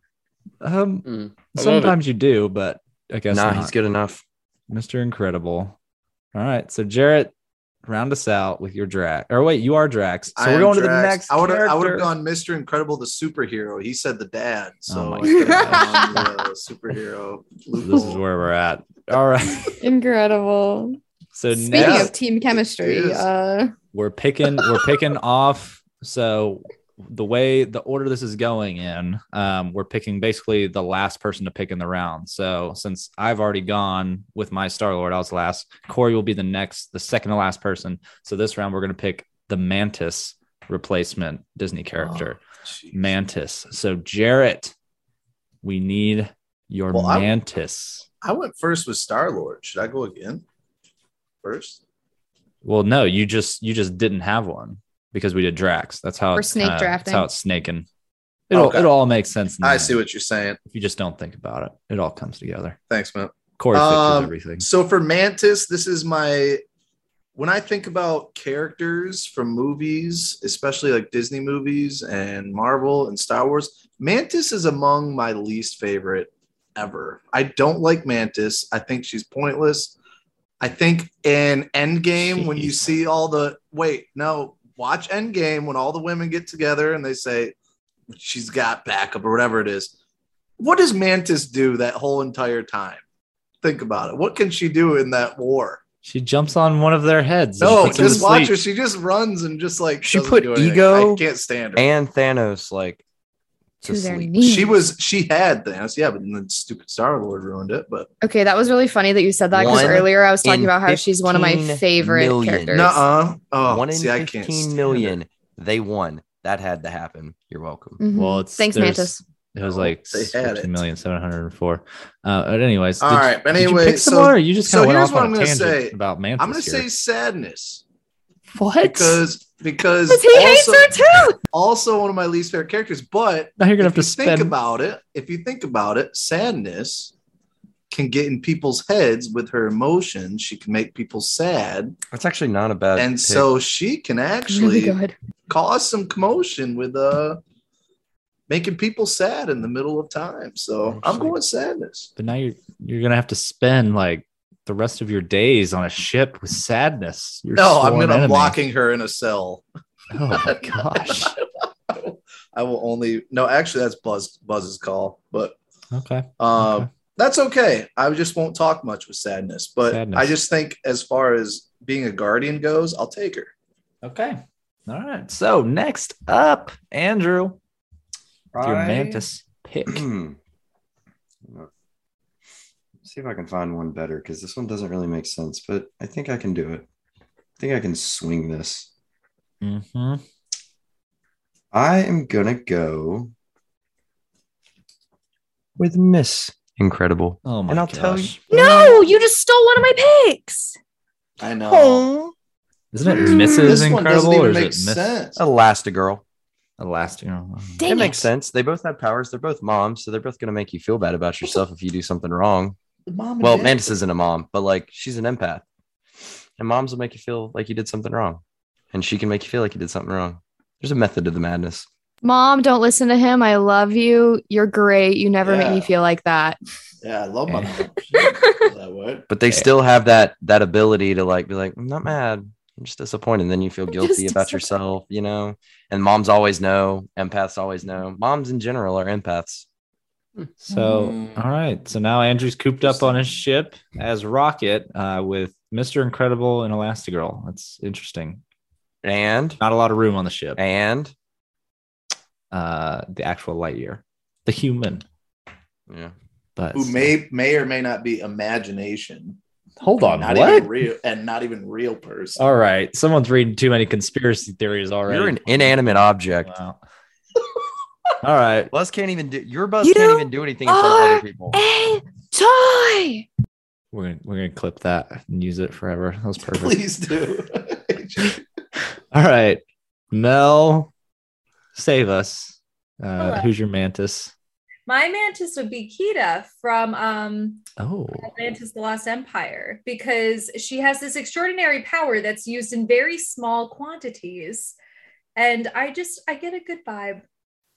Speaker 2: Um,
Speaker 5: Mm. I love it.
Speaker 2: sometimes you do, but I guess
Speaker 6: Nah,
Speaker 2: not.
Speaker 6: he's good enough.
Speaker 2: Mr. Incredible. All right. So Jarrett, round us out with your Drax. Or wait, you are Drax. So
Speaker 7: I
Speaker 2: we're
Speaker 7: am
Speaker 2: going to the
Speaker 7: Drax.
Speaker 2: next.
Speaker 7: I would I would have
Speaker 2: character. Oh
Speaker 7: gone Mr. Incredible, the superhero. He said the dad, so
Speaker 2: my
Speaker 7: I could've
Speaker 2: gosh.
Speaker 7: gone the superhero.
Speaker 2: This is
Speaker 7: loophole.
Speaker 2: where we're at. All right.
Speaker 4: Incredible.
Speaker 2: So
Speaker 4: Speaking
Speaker 2: next
Speaker 4: of team chemistry,
Speaker 7: Yes.
Speaker 4: uh,
Speaker 2: we're picking we're picking off. So the way the order this is going in, um, we're picking basically the last person to pick in the round. So since I've already gone with my Star Lord, I was last. Corey will be the next, the second to last person. So this round we're gonna pick the Mantis replacement Disney character.
Speaker 7: Oh, Jeez.
Speaker 2: Mantis. So Jarrett, we need your
Speaker 7: Well, I'm-
Speaker 2: Mantis.
Speaker 7: I went first with Star Lord. Should I go again? First?
Speaker 2: Well, no, you just you just didn't have one because we did Drax. That's how
Speaker 4: We're
Speaker 2: it's
Speaker 4: snake
Speaker 2: kinda-
Speaker 4: drafting.
Speaker 2: That's how it's snaking. It'll
Speaker 7: Okay.
Speaker 2: it'll all make sense. now.
Speaker 7: I see what you're saying.
Speaker 2: if you just don't think about it. It all comes together.
Speaker 7: Thanks, man.
Speaker 2: Corey fixes
Speaker 7: Um,
Speaker 2: everything.
Speaker 7: So for Mantis, this is my when I think about characters from movies, especially like Disney movies and Marvel and Star Wars, Mantis is among my least favorite ever. I don't like Mantis. I think she's pointless. I think in Endgame, when you
Speaker 2: Jeez.
Speaker 7: see all the wait, no, watch Endgame when all the women get together and they say she's got backup or whatever it is. What does Mantis do that whole entire time? Think about it. What can she do in that war?
Speaker 2: She jumps on one of their heads. and
Speaker 7: No,
Speaker 2: puts them to
Speaker 7: just watch her.
Speaker 2: sleep.
Speaker 7: She just runs and just like
Speaker 6: She
Speaker 7: doesn't
Speaker 6: put
Speaker 7: do anything.
Speaker 6: ego
Speaker 7: I can't stand her.
Speaker 6: And Thanos, like, to
Speaker 4: to their
Speaker 6: sleep.
Speaker 4: knees.
Speaker 7: she was she had Thanos, yeah, but then the stupid Star Lord ruined it. But
Speaker 4: okay. That was really funny that you said that because
Speaker 6: One
Speaker 4: earlier I was talking
Speaker 6: in
Speaker 4: about how she's one of my
Speaker 6: 15
Speaker 4: favorite
Speaker 6: million.
Speaker 4: characters.
Speaker 7: no, uh, oh,
Speaker 6: one in
Speaker 7: see, I can't.
Speaker 6: fifteen
Speaker 7: stand
Speaker 6: million. They won. That had to happen. You're welcome.
Speaker 4: Mhm.
Speaker 2: Well, it's
Speaker 4: thanks,
Speaker 2: there's-
Speaker 4: Mantis.
Speaker 2: It was
Speaker 7: No,
Speaker 2: like
Speaker 7: they had it.
Speaker 2: fifteen million seven hundred and four. Uh, but anyways,
Speaker 7: All
Speaker 2: did,
Speaker 7: right, but
Speaker 2: did you
Speaker 7: anyway,
Speaker 2: pick someone
Speaker 7: so-
Speaker 2: or you just
Speaker 7: so
Speaker 2: kind of went
Speaker 7: here's
Speaker 2: off
Speaker 7: what
Speaker 2: on
Speaker 7: I'm
Speaker 2: a
Speaker 7: gonna
Speaker 2: tangent
Speaker 7: say.
Speaker 2: about Mantis.
Speaker 7: I'm gonna
Speaker 2: here.
Speaker 7: say sadness
Speaker 4: What?
Speaker 7: because because
Speaker 4: Because he hates
Speaker 7: also,
Speaker 4: her too.
Speaker 7: also one of my least favorite characters. But
Speaker 2: now you're gonna have
Speaker 7: if
Speaker 2: to
Speaker 7: you
Speaker 2: spend
Speaker 7: think about it, if you think about it, sadness can get in people's heads with her emotions. She can make people sad,
Speaker 6: That's actually not a bad.
Speaker 7: and
Speaker 6: pick.
Speaker 7: so she can
Speaker 4: Really
Speaker 7: actually
Speaker 4: good.
Speaker 7: cause some commotion with uh making people sad in the middle of time. So I'm
Speaker 6: Actually-
Speaker 7: going sadness.
Speaker 2: but now you're you're gonna have to spend like the rest of your days on a ship with sadness. Your
Speaker 7: No,
Speaker 2: sworn
Speaker 7: I'm gonna
Speaker 2: enemy.
Speaker 7: I'm locking her in a cell.
Speaker 2: Oh my gosh.
Speaker 7: I will only no, actually that's Buzz Buzz's call, but
Speaker 2: Okay.
Speaker 7: um
Speaker 2: Okay.
Speaker 7: that's okay. I just won't talk much with sadness, but
Speaker 2: Sadness.
Speaker 7: I just think as far as being a guardian goes, I'll take her.
Speaker 2: Okay. All right. So next up, Andrew. Your
Speaker 6: I-
Speaker 2: mantis pick.
Speaker 7: Hmm.
Speaker 6: See if I can find one better because this one doesn't really make sense, but I think I can do it. I think I can swing this.
Speaker 2: hmm
Speaker 6: I am gonna go with Miss Incredible.
Speaker 2: Oh my
Speaker 6: And I'll
Speaker 2: gosh.
Speaker 6: tell
Speaker 4: No, you just stole one of my picks.
Speaker 7: I know.
Speaker 6: Oh,
Speaker 2: Isn't it
Speaker 7: Mm,
Speaker 2: Mrs.
Speaker 7: this one doesn't
Speaker 2: Incredible or
Speaker 7: even
Speaker 2: is it
Speaker 7: make
Speaker 2: Miss
Speaker 7: sense.
Speaker 6: Elastigirl.
Speaker 2: Elastigirl? I don't know.
Speaker 4: Dang
Speaker 6: it makes sense. They both have powers. They're both moms, so they're both gonna make you feel bad about yourself if you do something wrong.
Speaker 7: Mom and
Speaker 6: Well,
Speaker 7: Dad.
Speaker 6: Mantis isn't a mom, but like she's an empath, and moms will make you feel like you did something wrong, and she can make you feel like you did something wrong. There's a method to the madness.
Speaker 4: Mom, don't listen to him. I love you. You're great. You never make me
Speaker 7: Yeah.
Speaker 4: feel like that.
Speaker 7: Yeah, I love my mom.
Speaker 2: Yeah.
Speaker 7: She does that way.
Speaker 6: but they
Speaker 2: Yeah.
Speaker 6: still have that that ability to like be like i'm not mad i'm just disappointed and then you feel
Speaker 4: I'm
Speaker 6: guilty
Speaker 4: just
Speaker 6: about
Speaker 4: disappointed.
Speaker 6: yourself you know and moms always know empaths always know moms in general are empaths
Speaker 2: So,
Speaker 7: Mm.
Speaker 2: all right. So now Andrew's cooped up on his ship as Rocket uh, with Mr. Incredible and Elastigirl. That's interesting.
Speaker 6: and
Speaker 2: Not a lot of room on the ship.
Speaker 6: and
Speaker 2: Uh, the actual Lightyear, the human.
Speaker 6: yeah
Speaker 2: But
Speaker 7: Who may may or may not be imagination.
Speaker 2: hold on?
Speaker 7: Not
Speaker 2: what?
Speaker 7: even real and not even real person.
Speaker 2: All right. Someone's reading too many conspiracy theories already.
Speaker 6: you're an inanimate object
Speaker 2: Wow. all right.
Speaker 6: buzz can't even do your buzz
Speaker 4: You
Speaker 6: can't even do anything in front of
Speaker 4: are
Speaker 6: other people
Speaker 4: A toy.
Speaker 2: We're gonna, we're gonna clip that and use it forever. That was perfect.
Speaker 7: Please do.
Speaker 2: All right, Mel, save us. Uh,
Speaker 3: Hello.
Speaker 2: who's your mantis?
Speaker 3: My mantis would be Kita from um,
Speaker 2: Oh,
Speaker 3: Atlantis the Lost Empire because she has this extraordinary power that's used in very small quantities. And I just I get a good vibe.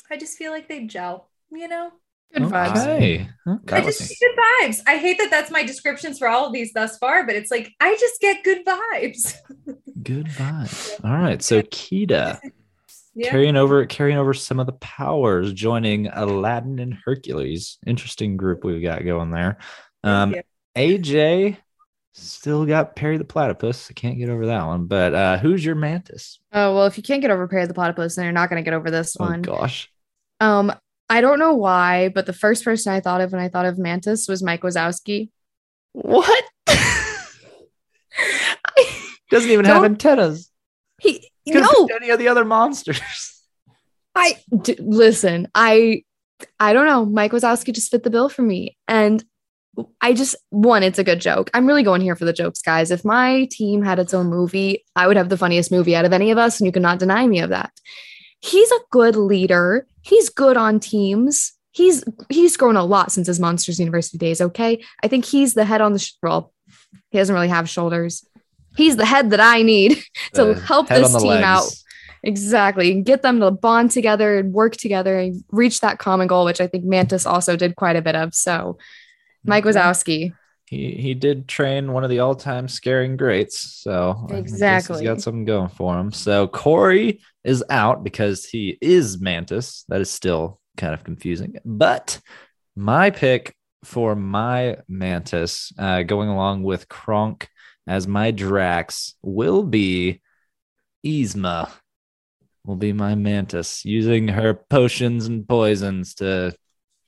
Speaker 3: I just feel like they gel, you know?
Speaker 4: Good vibes.
Speaker 2: okay.
Speaker 3: I
Speaker 6: That
Speaker 2: okay.
Speaker 6: was-
Speaker 3: just get good vibes. I hate that that's my descriptions for all of these thus far, but it's like I just get good vibes.
Speaker 2: Good vibes. All right, so Kita
Speaker 3: Yeah.
Speaker 2: carrying over carrying over some of the powers, joining Aladdin and Hercules. Interesting group we've got going there. Um,
Speaker 3: Thank
Speaker 2: AJ still got Perry the Platypus. I can't get over that one. But uh, who's your mantis?
Speaker 4: Oh, well, if you can't get over Perry the Platypus, then you're not going to get over this
Speaker 2: Oh
Speaker 4: one.
Speaker 2: gosh.
Speaker 4: Um, I don't know why, but the first person I thought of when I thought of Mantis was Mike Wazowski. What?
Speaker 2: Doesn't even have
Speaker 4: Don't-
Speaker 2: antennas.
Speaker 4: he
Speaker 2: Could
Speaker 4: no.
Speaker 2: be any of the other monsters.
Speaker 4: I d- listen. I I don't know. Mike Wazowski just fit the bill for me, and I just one. It's a good joke. I'm really going here for the jokes, guys. If my team had its own movie, I would have the funniest movie out of any of us, and you cannot deny me of that. He's a good leader. He's good on teams. He's he's grown a lot since his Monsters University days. Okay, I think he's the head on the sh- well. He doesn't really have shoulders. He's the head that I need to
Speaker 2: The
Speaker 4: help
Speaker 2: head
Speaker 4: this
Speaker 2: on the
Speaker 4: team
Speaker 2: legs.
Speaker 4: out. Exactly. And get them to bond together and work together and reach that common goal, which I think Mantis also did quite a bit of. So Mike
Speaker 2: Okay.
Speaker 4: Wazowski.
Speaker 2: He he did train one of the all time scaring greats, so I guess
Speaker 4: Exactly.
Speaker 2: he's got something going for him. So Corey is out because he is Mantis. That is still kind of confusing, but my pick for my Mantis, uh, going along with Kronk as my Drax, will be Yzma. Will be my Mantis using her potions and poisons to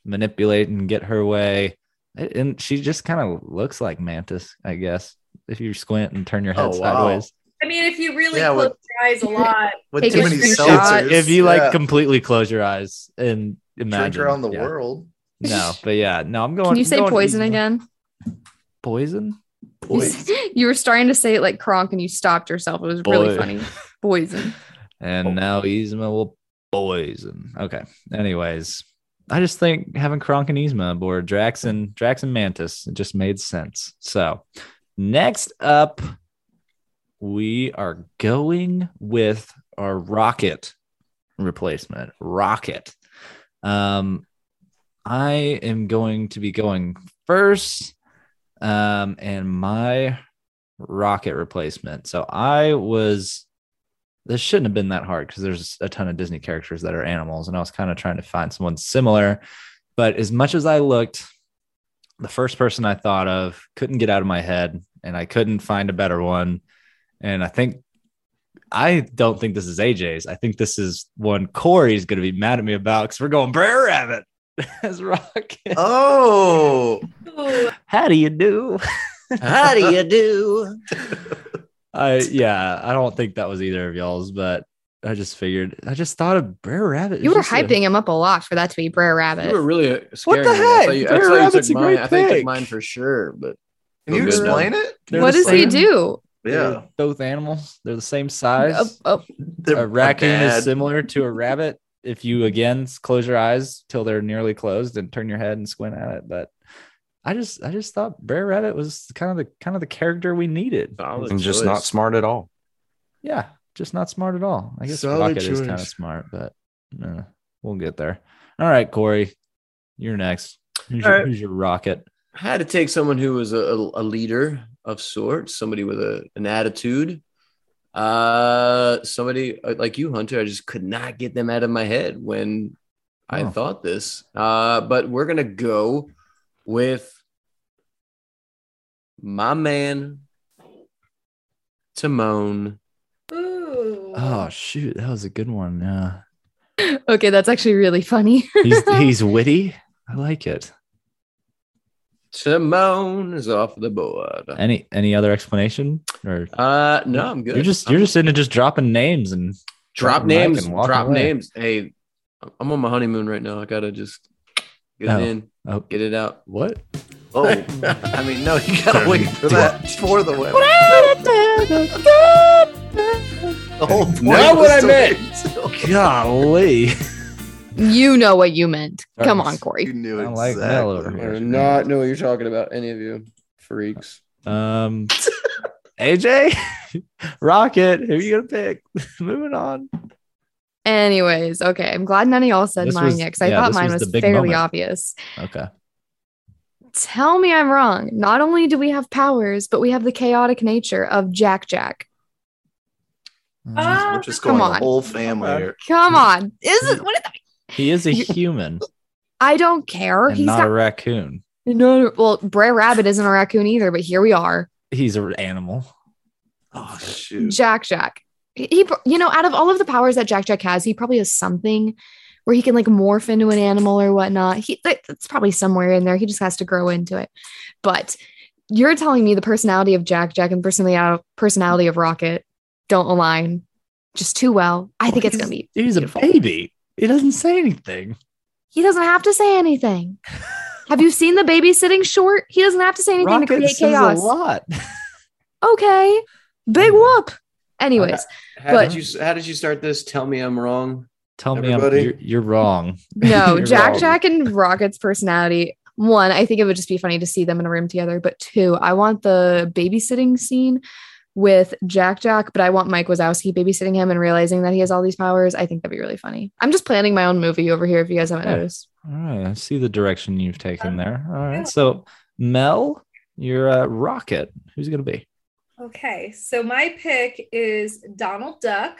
Speaker 2: manipulate and get her way. And she just kind of looks like Mantis, I guess. If you squint and turn your head
Speaker 7: Oh, wow.
Speaker 2: sideways,
Speaker 3: I mean, if you really
Speaker 7: Yeah,
Speaker 3: close
Speaker 7: what-
Speaker 3: your eyes a lot,
Speaker 7: With
Speaker 4: Take
Speaker 7: too
Speaker 4: a
Speaker 7: many
Speaker 4: screenshot.
Speaker 7: seltzers.
Speaker 2: if you like
Speaker 7: yeah,
Speaker 2: completely close your eyes and imagine
Speaker 7: drink around the
Speaker 2: yeah.
Speaker 7: world.
Speaker 2: No, but yeah, no, I'm going.
Speaker 4: Can you
Speaker 2: I'm
Speaker 4: say
Speaker 2: going
Speaker 4: poison
Speaker 2: Yzma.
Speaker 4: again?
Speaker 2: Poison.
Speaker 4: You,
Speaker 7: Boy.
Speaker 4: s- you were starting to say it like Kronk and you stopped yourself. It was really
Speaker 2: Boy.
Speaker 4: funny. Poison.
Speaker 2: And now Yzma will poison. Okay. Anyways, I just think having Kronk and Yzma aboard Drax and Drax and Mantis, it just made sense. So next up, we are going with our rocket replacement. Rocket. Um, I am going to be going first. Um, and my rocket replacement. So I was this shouldn't have been that hard because there's a ton of Disney characters that are animals, and I was kind of trying to find someone similar. But as much as I looked, the first person I thought of couldn't get out of my head, and I couldn't find a better one. And I think I don't think this is AJ's. I think this is one Corey's going to be mad at me about because we're going Brer Rabbit as Rocket.
Speaker 7: Oh,
Speaker 3: Ooh,
Speaker 2: How do you do?
Speaker 5: How do you do?
Speaker 2: I yeah, I don't think that was either of y'all's, but I just figured I just thought of Brer Rabbit.
Speaker 4: You
Speaker 2: is
Speaker 4: were
Speaker 2: just a-
Speaker 4: hyping him up a lot for that to be Brer
Speaker 5: You were
Speaker 4: Rabbit.
Speaker 5: really scaring
Speaker 2: the
Speaker 5: me. I thought
Speaker 2: heck? Peter
Speaker 5: you, I thought you
Speaker 2: Rabbit's a
Speaker 5: took mine.
Speaker 2: great
Speaker 5: I think you
Speaker 2: pick.
Speaker 5: took mine for sure, but
Speaker 7: can you
Speaker 5: Good
Speaker 7: explain it?
Speaker 2: They're
Speaker 4: What
Speaker 2: the
Speaker 4: does he
Speaker 2: same-
Speaker 4: do?
Speaker 2: they're
Speaker 7: Yeah,
Speaker 2: both animals. They're the same size.
Speaker 4: Oh, oh,
Speaker 7: They're-
Speaker 2: a
Speaker 7: they're
Speaker 2: raccoon
Speaker 7: bad.
Speaker 2: is similar to a rabbit if you again s- close your eyes till they're nearly closed and turn your head and squint at it but i just i just thought brer rabbit was kind of the kind of the character we
Speaker 7: Oh.
Speaker 2: needed
Speaker 5: Solid
Speaker 6: and just not
Speaker 5: choice.
Speaker 6: smart at all.
Speaker 2: yeah just not smart at all i guess
Speaker 5: Solid
Speaker 2: rocket is kind of
Speaker 5: choice.
Speaker 2: smart but uh, we'll get there all right corey you're next who's,
Speaker 5: All
Speaker 2: your,
Speaker 5: right.
Speaker 2: who's your rocket
Speaker 5: I had to take someone who was a, a leader of sorts, somebody with a, an attitude. Uh, somebody uh, like you, Hunter. I just could not get them out of my head when I
Speaker 2: Oh.
Speaker 5: thought this. Uh, but we're gonna go with my man, Timon.
Speaker 3: ooh.
Speaker 2: oh shoot that was a good one yeah
Speaker 4: oh. okay, that's actually really funny.
Speaker 2: he's he's witty i like it
Speaker 5: Timon is off the board.
Speaker 2: any any other explanation or
Speaker 5: Uh, no, I'm good.
Speaker 2: You're just you're just into just dropping names and
Speaker 5: drop
Speaker 2: the mic
Speaker 5: names,
Speaker 2: and walk
Speaker 5: drop
Speaker 2: away.
Speaker 5: names. Hey, I'm on my honeymoon right now. I gotta just get
Speaker 2: Oh.
Speaker 5: it in,
Speaker 2: Oh,
Speaker 5: get it out.
Speaker 2: what?
Speaker 7: Oh, I mean, no, you gotta wait for that for the win. The whole point
Speaker 5: Not
Speaker 7: was
Speaker 5: what I
Speaker 7: to
Speaker 5: meant.
Speaker 7: wait till-
Speaker 2: Golly!
Speaker 4: you know what you meant. Come
Speaker 2: Sorry.
Speaker 4: on,
Speaker 7: You
Speaker 4: Corey.
Speaker 7: knew
Speaker 2: I
Speaker 7: exactly.
Speaker 2: like that over
Speaker 5: I
Speaker 2: here.
Speaker 5: do not know what you're talking about, any of you freaks.
Speaker 2: Um, AJ, Rocket, who are you gonna pick? Moving on.
Speaker 4: Anyways, okay. I'm glad none of y'all said
Speaker 2: This
Speaker 4: mine
Speaker 2: was-
Speaker 4: yet because I
Speaker 2: yeah,
Speaker 4: thought
Speaker 2: this
Speaker 4: mine
Speaker 2: was
Speaker 4: was,
Speaker 2: the big
Speaker 4: fairly
Speaker 2: moment.
Speaker 4: obvious.
Speaker 2: Okay.
Speaker 4: Tell me I'm wrong. Not only do we have powers, but we have the chaotic nature of Jack Jack.
Speaker 3: Ah,
Speaker 7: We're just
Speaker 4: Come
Speaker 7: going the
Speaker 4: on.
Speaker 7: whole family
Speaker 2: Uh,
Speaker 7: here.
Speaker 4: Come on. Is it, what is
Speaker 2: He is a human
Speaker 4: I don't care.
Speaker 2: and
Speaker 4: He's
Speaker 2: not a
Speaker 4: got
Speaker 2: raccoon.
Speaker 4: no. Well, Brer Rabbit isn't a raccoon either, but here we are.
Speaker 2: He's an animal.
Speaker 7: Oh shoot!
Speaker 4: Jack Jack. He, he- you know, out of all of the powers that Jack Jack has, he probably has something where he can like morph into an animal or whatnot. He that- that's probably somewhere in there. He just has to grow into it. But you're telling me the personality of Jack Jack and personality personality of Rocket don't align just too well. I think it's
Speaker 2: He's-
Speaker 4: gonna be.
Speaker 2: He's a
Speaker 4: beautiful.
Speaker 2: baby. He doesn't say anything.
Speaker 4: He doesn't have to say anything. have you seen the babysitting short? He doesn't have to say anything to
Speaker 2: Rocket
Speaker 4: create
Speaker 2: says
Speaker 4: chaos.
Speaker 2: a lot.
Speaker 4: okay, big
Speaker 2: Yeah.
Speaker 4: whoop. Anyways,
Speaker 5: How
Speaker 4: But-
Speaker 5: did you how did you start this? Tell me I'm wrong.
Speaker 2: Tell me,
Speaker 7: Everybody-
Speaker 2: I'm, you're, you're wrong.
Speaker 4: no,
Speaker 5: You're
Speaker 4: Jack
Speaker 5: wrong.
Speaker 4: Jack and Rocket's personality. One, I think it would just be funny to see them in a room together. But two, I want the babysitting scene with Jack Jack, but I want Mike Wazowski babysitting him and realizing that he has all these powers. I think that'd be really funny. I'm just planning my own movie over here if you guys haven't
Speaker 2: Yeah.
Speaker 4: noticed.
Speaker 2: All right, I see the direction you've taken there. All right, so Mel, you're a rocket. Who's it gonna be?
Speaker 3: Okay, so my pick is Donald Duck.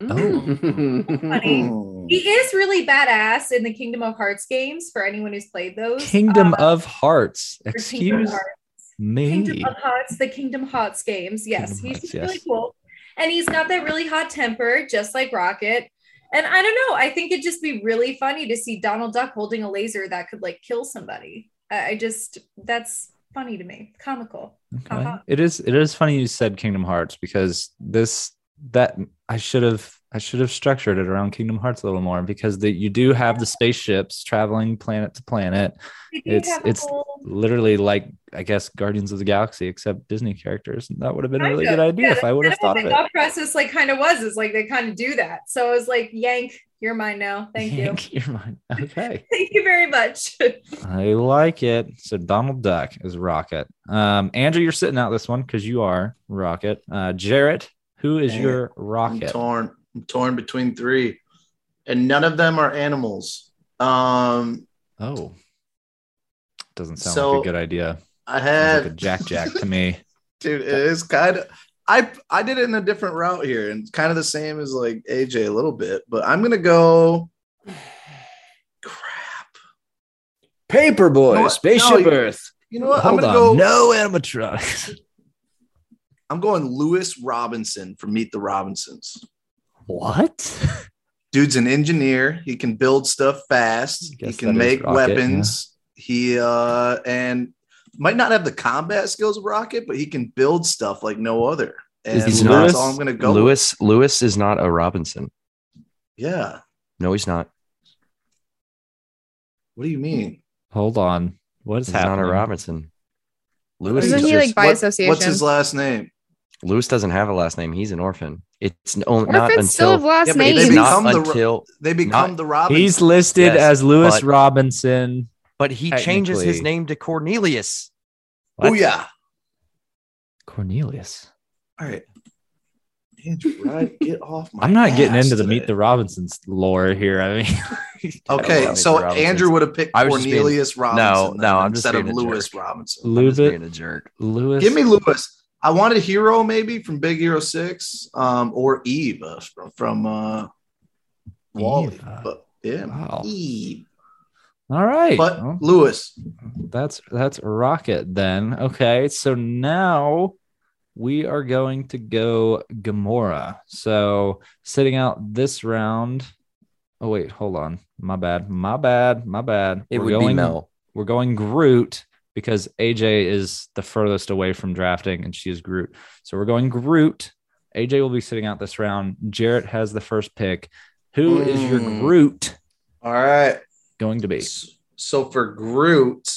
Speaker 2: Oh.
Speaker 3: Funny. He is really badass in the Kingdom of Hearts games for anyone who's played those.
Speaker 2: Kingdom
Speaker 3: Uh,
Speaker 2: of Hearts.
Speaker 3: or Kingdom
Speaker 2: Excuse
Speaker 3: Hearts.
Speaker 2: me.
Speaker 3: Kingdom of Hearts, the Kingdom Hearts games. Yes,
Speaker 2: Kingdom
Speaker 3: he's
Speaker 2: Hearts,
Speaker 3: just really
Speaker 2: yes.
Speaker 3: cool. And he's got that really hot temper, just like Rocket. And I don't know, I think it'd just be really funny to see Donald Duck holding a laser that could like kill somebody. I I just, that's funny to me, comical.
Speaker 2: Okay.
Speaker 3: Uh-huh.
Speaker 2: It is. It is funny you said Kingdom Hearts because this that I should have I should have structured it around Kingdom Hearts a little more because that you do have the spaceships traveling planet to planet,
Speaker 3: We did
Speaker 2: It's-
Speaker 3: have a
Speaker 2: it's-
Speaker 3: whole-
Speaker 2: literally like I guess Guardians of the Galaxy except Disney characters. And that would have been a really
Speaker 3: Kind
Speaker 2: good
Speaker 3: of.
Speaker 2: idea
Speaker 3: Yeah,
Speaker 2: if I would have
Speaker 3: that's kind
Speaker 2: thought of
Speaker 3: what
Speaker 2: it.
Speaker 3: my thought process like kind of was is like they kind of do that. So I was like, Yank, you're mine now. Thank you.
Speaker 2: Yank your mind. Okay.
Speaker 3: Thank you very much.
Speaker 2: I like it. So Donald Duck is Rocket. Um, Andrew, you're sitting out this one because you are Rocket. Uh, Jarrett, who is
Speaker 7: Dang
Speaker 2: your
Speaker 7: I'm
Speaker 2: Rocket?
Speaker 7: torn. I'm torn between three, and none of them are animals. Um,
Speaker 2: Oh, doesn't sound
Speaker 7: So- uh,
Speaker 2: like a good idea.
Speaker 7: I
Speaker 2: Sounds
Speaker 7: had
Speaker 2: like a Jack Jack to me.
Speaker 7: dude. It is kind of. I I did it in a different route here, and kind of the same as like AJ a little bit, but I'm gonna go. Crap.
Speaker 5: Paperboy,
Speaker 7: No,
Speaker 5: Spaceship
Speaker 7: no, you-
Speaker 5: Earth.
Speaker 7: You know what?
Speaker 2: Hold
Speaker 7: I'm gonna
Speaker 2: on.
Speaker 7: go.
Speaker 2: No animatronics.
Speaker 7: I'm going Lewis Robinson from Meet the Robinsons.
Speaker 2: What?
Speaker 7: Dude's an engineer. He can build stuff fast. He
Speaker 2: Guess
Speaker 7: can
Speaker 2: that is
Speaker 7: make
Speaker 2: Rocket,
Speaker 7: weapons. He uh and might not have the combat skills of Rocket, but he can build stuff like no other. And
Speaker 6: He's
Speaker 7: that's
Speaker 6: not-
Speaker 7: all I'm gonna go. with.
Speaker 6: Lewis Lewis is not a Robinson.
Speaker 7: Yeah.
Speaker 6: No, he's not.
Speaker 7: What do you mean?
Speaker 2: Hold on. What is
Speaker 6: He's
Speaker 2: happening?
Speaker 6: not a Robinson. Lewis
Speaker 4: Isn't
Speaker 6: is
Speaker 4: he
Speaker 6: just-
Speaker 4: like by
Speaker 7: What-
Speaker 4: association?
Speaker 7: What's his last name?
Speaker 6: Lewis doesn't have a last name. He's an orphan. It's n- only not
Speaker 4: Orphans still have
Speaker 6: until
Speaker 4: last
Speaker 7: Yeah, but
Speaker 4: names.
Speaker 6: it's
Speaker 7: They
Speaker 6: not
Speaker 7: become the Ro-
Speaker 6: until
Speaker 7: They become
Speaker 6: Not-
Speaker 7: the Robinson.
Speaker 2: He's listed
Speaker 6: Yes,
Speaker 2: as Lewis
Speaker 6: but-
Speaker 2: Robinson.
Speaker 6: but he changes his
Speaker 2: Technically.
Speaker 6: name to Cornelius.
Speaker 7: oh
Speaker 2: What?
Speaker 7: yeah.
Speaker 2: Cornelius.
Speaker 7: All right. Andrew, right, get off my
Speaker 2: I'm not getting
Speaker 7: ass
Speaker 2: into the
Speaker 7: today.
Speaker 2: Meet the Robinsons lore here. I mean,
Speaker 6: Yeah,
Speaker 7: Okay, so
Speaker 6: Mr. Robinson.
Speaker 7: Andrew would have picked
Speaker 6: I was just being-
Speaker 7: Cornelius Robinson.
Speaker 6: no,
Speaker 7: then
Speaker 6: I'm just
Speaker 7: instead of
Speaker 6: being a
Speaker 7: Lewis
Speaker 6: jerk.
Speaker 7: Robinson.
Speaker 6: I'm just
Speaker 2: Lewis,
Speaker 6: being a jerk.
Speaker 2: Lewis.
Speaker 7: Give me Lewis. I wanted Hero maybe from Big Hero Six, um, or Eve uh, from from uh, Wally.
Speaker 2: Eva.
Speaker 7: But yeah,
Speaker 2: Wow.
Speaker 7: Eve.
Speaker 2: All right.
Speaker 7: But
Speaker 2: Well,
Speaker 7: Lewis,
Speaker 2: that's that's Rocket then. Okay. So now we are going to go Gamora. So sitting out this round. Oh wait, hold on. My bad. My bad. My bad.
Speaker 6: It
Speaker 2: We're
Speaker 6: would be
Speaker 2: going-
Speaker 6: Mel.
Speaker 2: We're going Groot because AJ is the furthest away from drafting and she is Groot. So we're going Groot. AJ will be sitting out this round. Jarrett has the first pick. Who is your
Speaker 6: Hmm.
Speaker 7: Mm.
Speaker 2: Groot
Speaker 7: all right.
Speaker 2: going to be?
Speaker 7: S- So for Groot,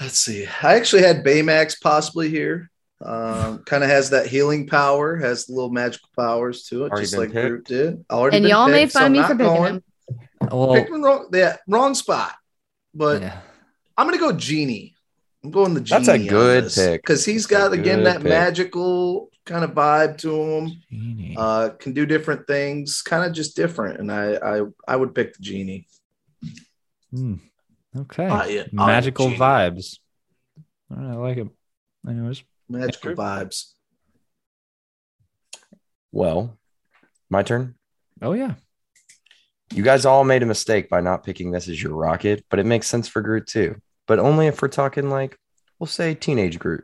Speaker 7: let's see. I actually had Baymax possibly here. Um, kind of has that healing power, has little magical powers to it,
Speaker 6: Already
Speaker 7: just
Speaker 6: been
Speaker 7: like
Speaker 6: picked.
Speaker 7: Groot did. Already
Speaker 4: and
Speaker 7: been
Speaker 4: y'all made
Speaker 7: picked, so
Speaker 4: fun of me
Speaker 7: I'm
Speaker 4: for
Speaker 7: not
Speaker 4: picking
Speaker 7: going.
Speaker 4: him.
Speaker 2: Well,
Speaker 7: Picked him wrong, yeah, wrong spot. But
Speaker 2: yeah.
Speaker 7: I'm gonna go genie. I'm going the genie.
Speaker 6: That's a good pick.
Speaker 7: because he's
Speaker 6: That's a
Speaker 7: got again
Speaker 6: good
Speaker 7: that
Speaker 6: pick.
Speaker 7: magical kind of vibe to him.
Speaker 2: Genie.
Speaker 7: Uh, can do different things, kind of just different. And I, I, I would pick the genie.
Speaker 2: Hmm. Okay.
Speaker 7: I- I-
Speaker 2: Magical
Speaker 7: genie.
Speaker 2: vibes. All right, I like it. Anyways,
Speaker 7: Magical vibes.
Speaker 6: Well, my turn.
Speaker 2: oh yeah.
Speaker 6: You guys all made a mistake by not picking this as your rocket, but it makes sense for Groot too. But only if we're talking like, we'll say teenage Groot.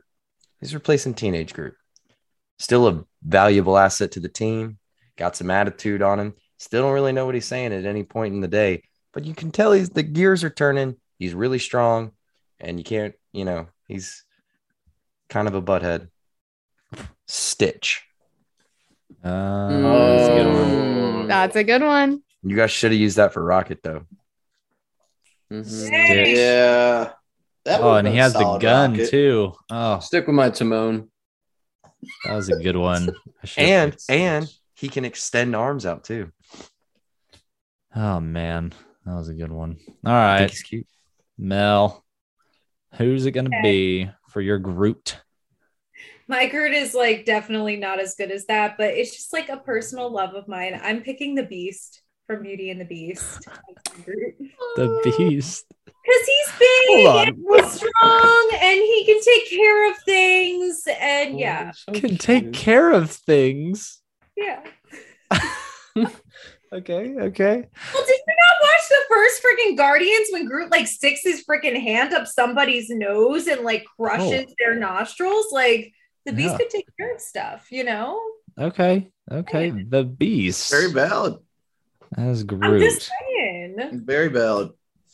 Speaker 6: He's replacing teenage Groot. Still a valuable asset to the team. Got some attitude on him. Still don't really know what he's saying at any point in the day, but you can tell he's the gears are turning. He's really strong, and you can't, you know, he's kind of a butthead. Stitch.
Speaker 2: Uh,
Speaker 5: that's
Speaker 6: Hmm.
Speaker 2: that's a good one.
Speaker 5: Oh.
Speaker 4: That's a good one.
Speaker 6: You guys should have used that for Rocket though.
Speaker 5: Mm-hmm.
Speaker 3: Hey.
Speaker 7: Yeah. That
Speaker 2: Oh,
Speaker 7: would've
Speaker 2: and
Speaker 7: been
Speaker 2: he
Speaker 7: a
Speaker 2: has the
Speaker 7: solid
Speaker 2: gun
Speaker 7: rocket.
Speaker 2: too. Oh,
Speaker 5: Stick with my Timon.
Speaker 2: that was a good one. I should've
Speaker 6: And
Speaker 2: picked-
Speaker 6: and he can extend arms out too.
Speaker 2: Oh man, that was a good one. All
Speaker 6: I
Speaker 2: right,
Speaker 6: think he's cute.
Speaker 2: Mel, who's it gonna be for your Groot?
Speaker 3: My Groot is like definitely not as good as that, but it's just like a personal love of mine. I'm picking the Beast from Beauty and the Beast. Because
Speaker 2: The Beast.
Speaker 3: he's big
Speaker 2: Hold on.
Speaker 3: and he's strong and he can take care of things. And yeah,
Speaker 2: Can take care of things.
Speaker 3: yeah.
Speaker 2: Okay, okay.
Speaker 3: Well, did you not watch the first freaking Guardians when Groot like sticks his freaking hand up somebody's nose and like crushes their nostrils? Like the Beast
Speaker 2: Oh. Yeah.
Speaker 3: could take care of stuff, you know?
Speaker 2: Okay, okay. The Beast.
Speaker 7: Very valid.
Speaker 2: As
Speaker 3: I'm
Speaker 2: Groot.
Speaker 3: just saying.
Speaker 7: Very valid.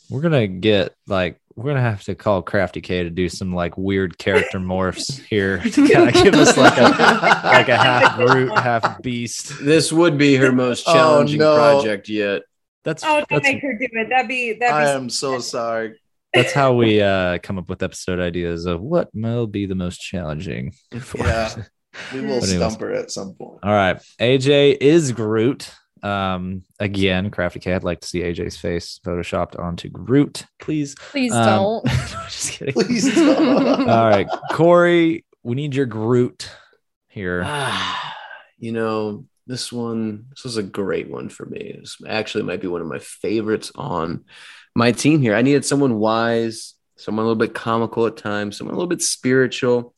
Speaker 2: We're gonna get like we're gonna have to call Crafty K to do some like weird character morphs here to kind of give us like a like a half Groot, half Beast.
Speaker 5: This would be her most
Speaker 7: Oh,
Speaker 5: challenging
Speaker 7: no.
Speaker 5: project yet.
Speaker 2: That's
Speaker 3: Oh, don't
Speaker 2: that's
Speaker 3: make her do it. That'd be
Speaker 7: I
Speaker 3: that'd
Speaker 7: am so sorry.
Speaker 2: that's how we uh come up with episode ideas of what will be the most challenging. For
Speaker 7: Yeah.
Speaker 2: us.
Speaker 7: We
Speaker 3: But
Speaker 7: will
Speaker 2: anyways. Uh,
Speaker 7: stump her at some point.
Speaker 2: All right, AJ is Groot. Um, again, Crafty K, I'd like to see AJ's face photoshopped onto Groot, please.
Speaker 4: Please
Speaker 2: Um,
Speaker 4: don't.
Speaker 2: Just kidding.
Speaker 7: Please don't.
Speaker 2: All right, Corey, we need your Groot here.
Speaker 5: Ah, you know, this one, this was a great one for me. This actually might be one of my favorites on my team here. I needed someone wise, someone a little bit comical at times, someone a little bit spiritual.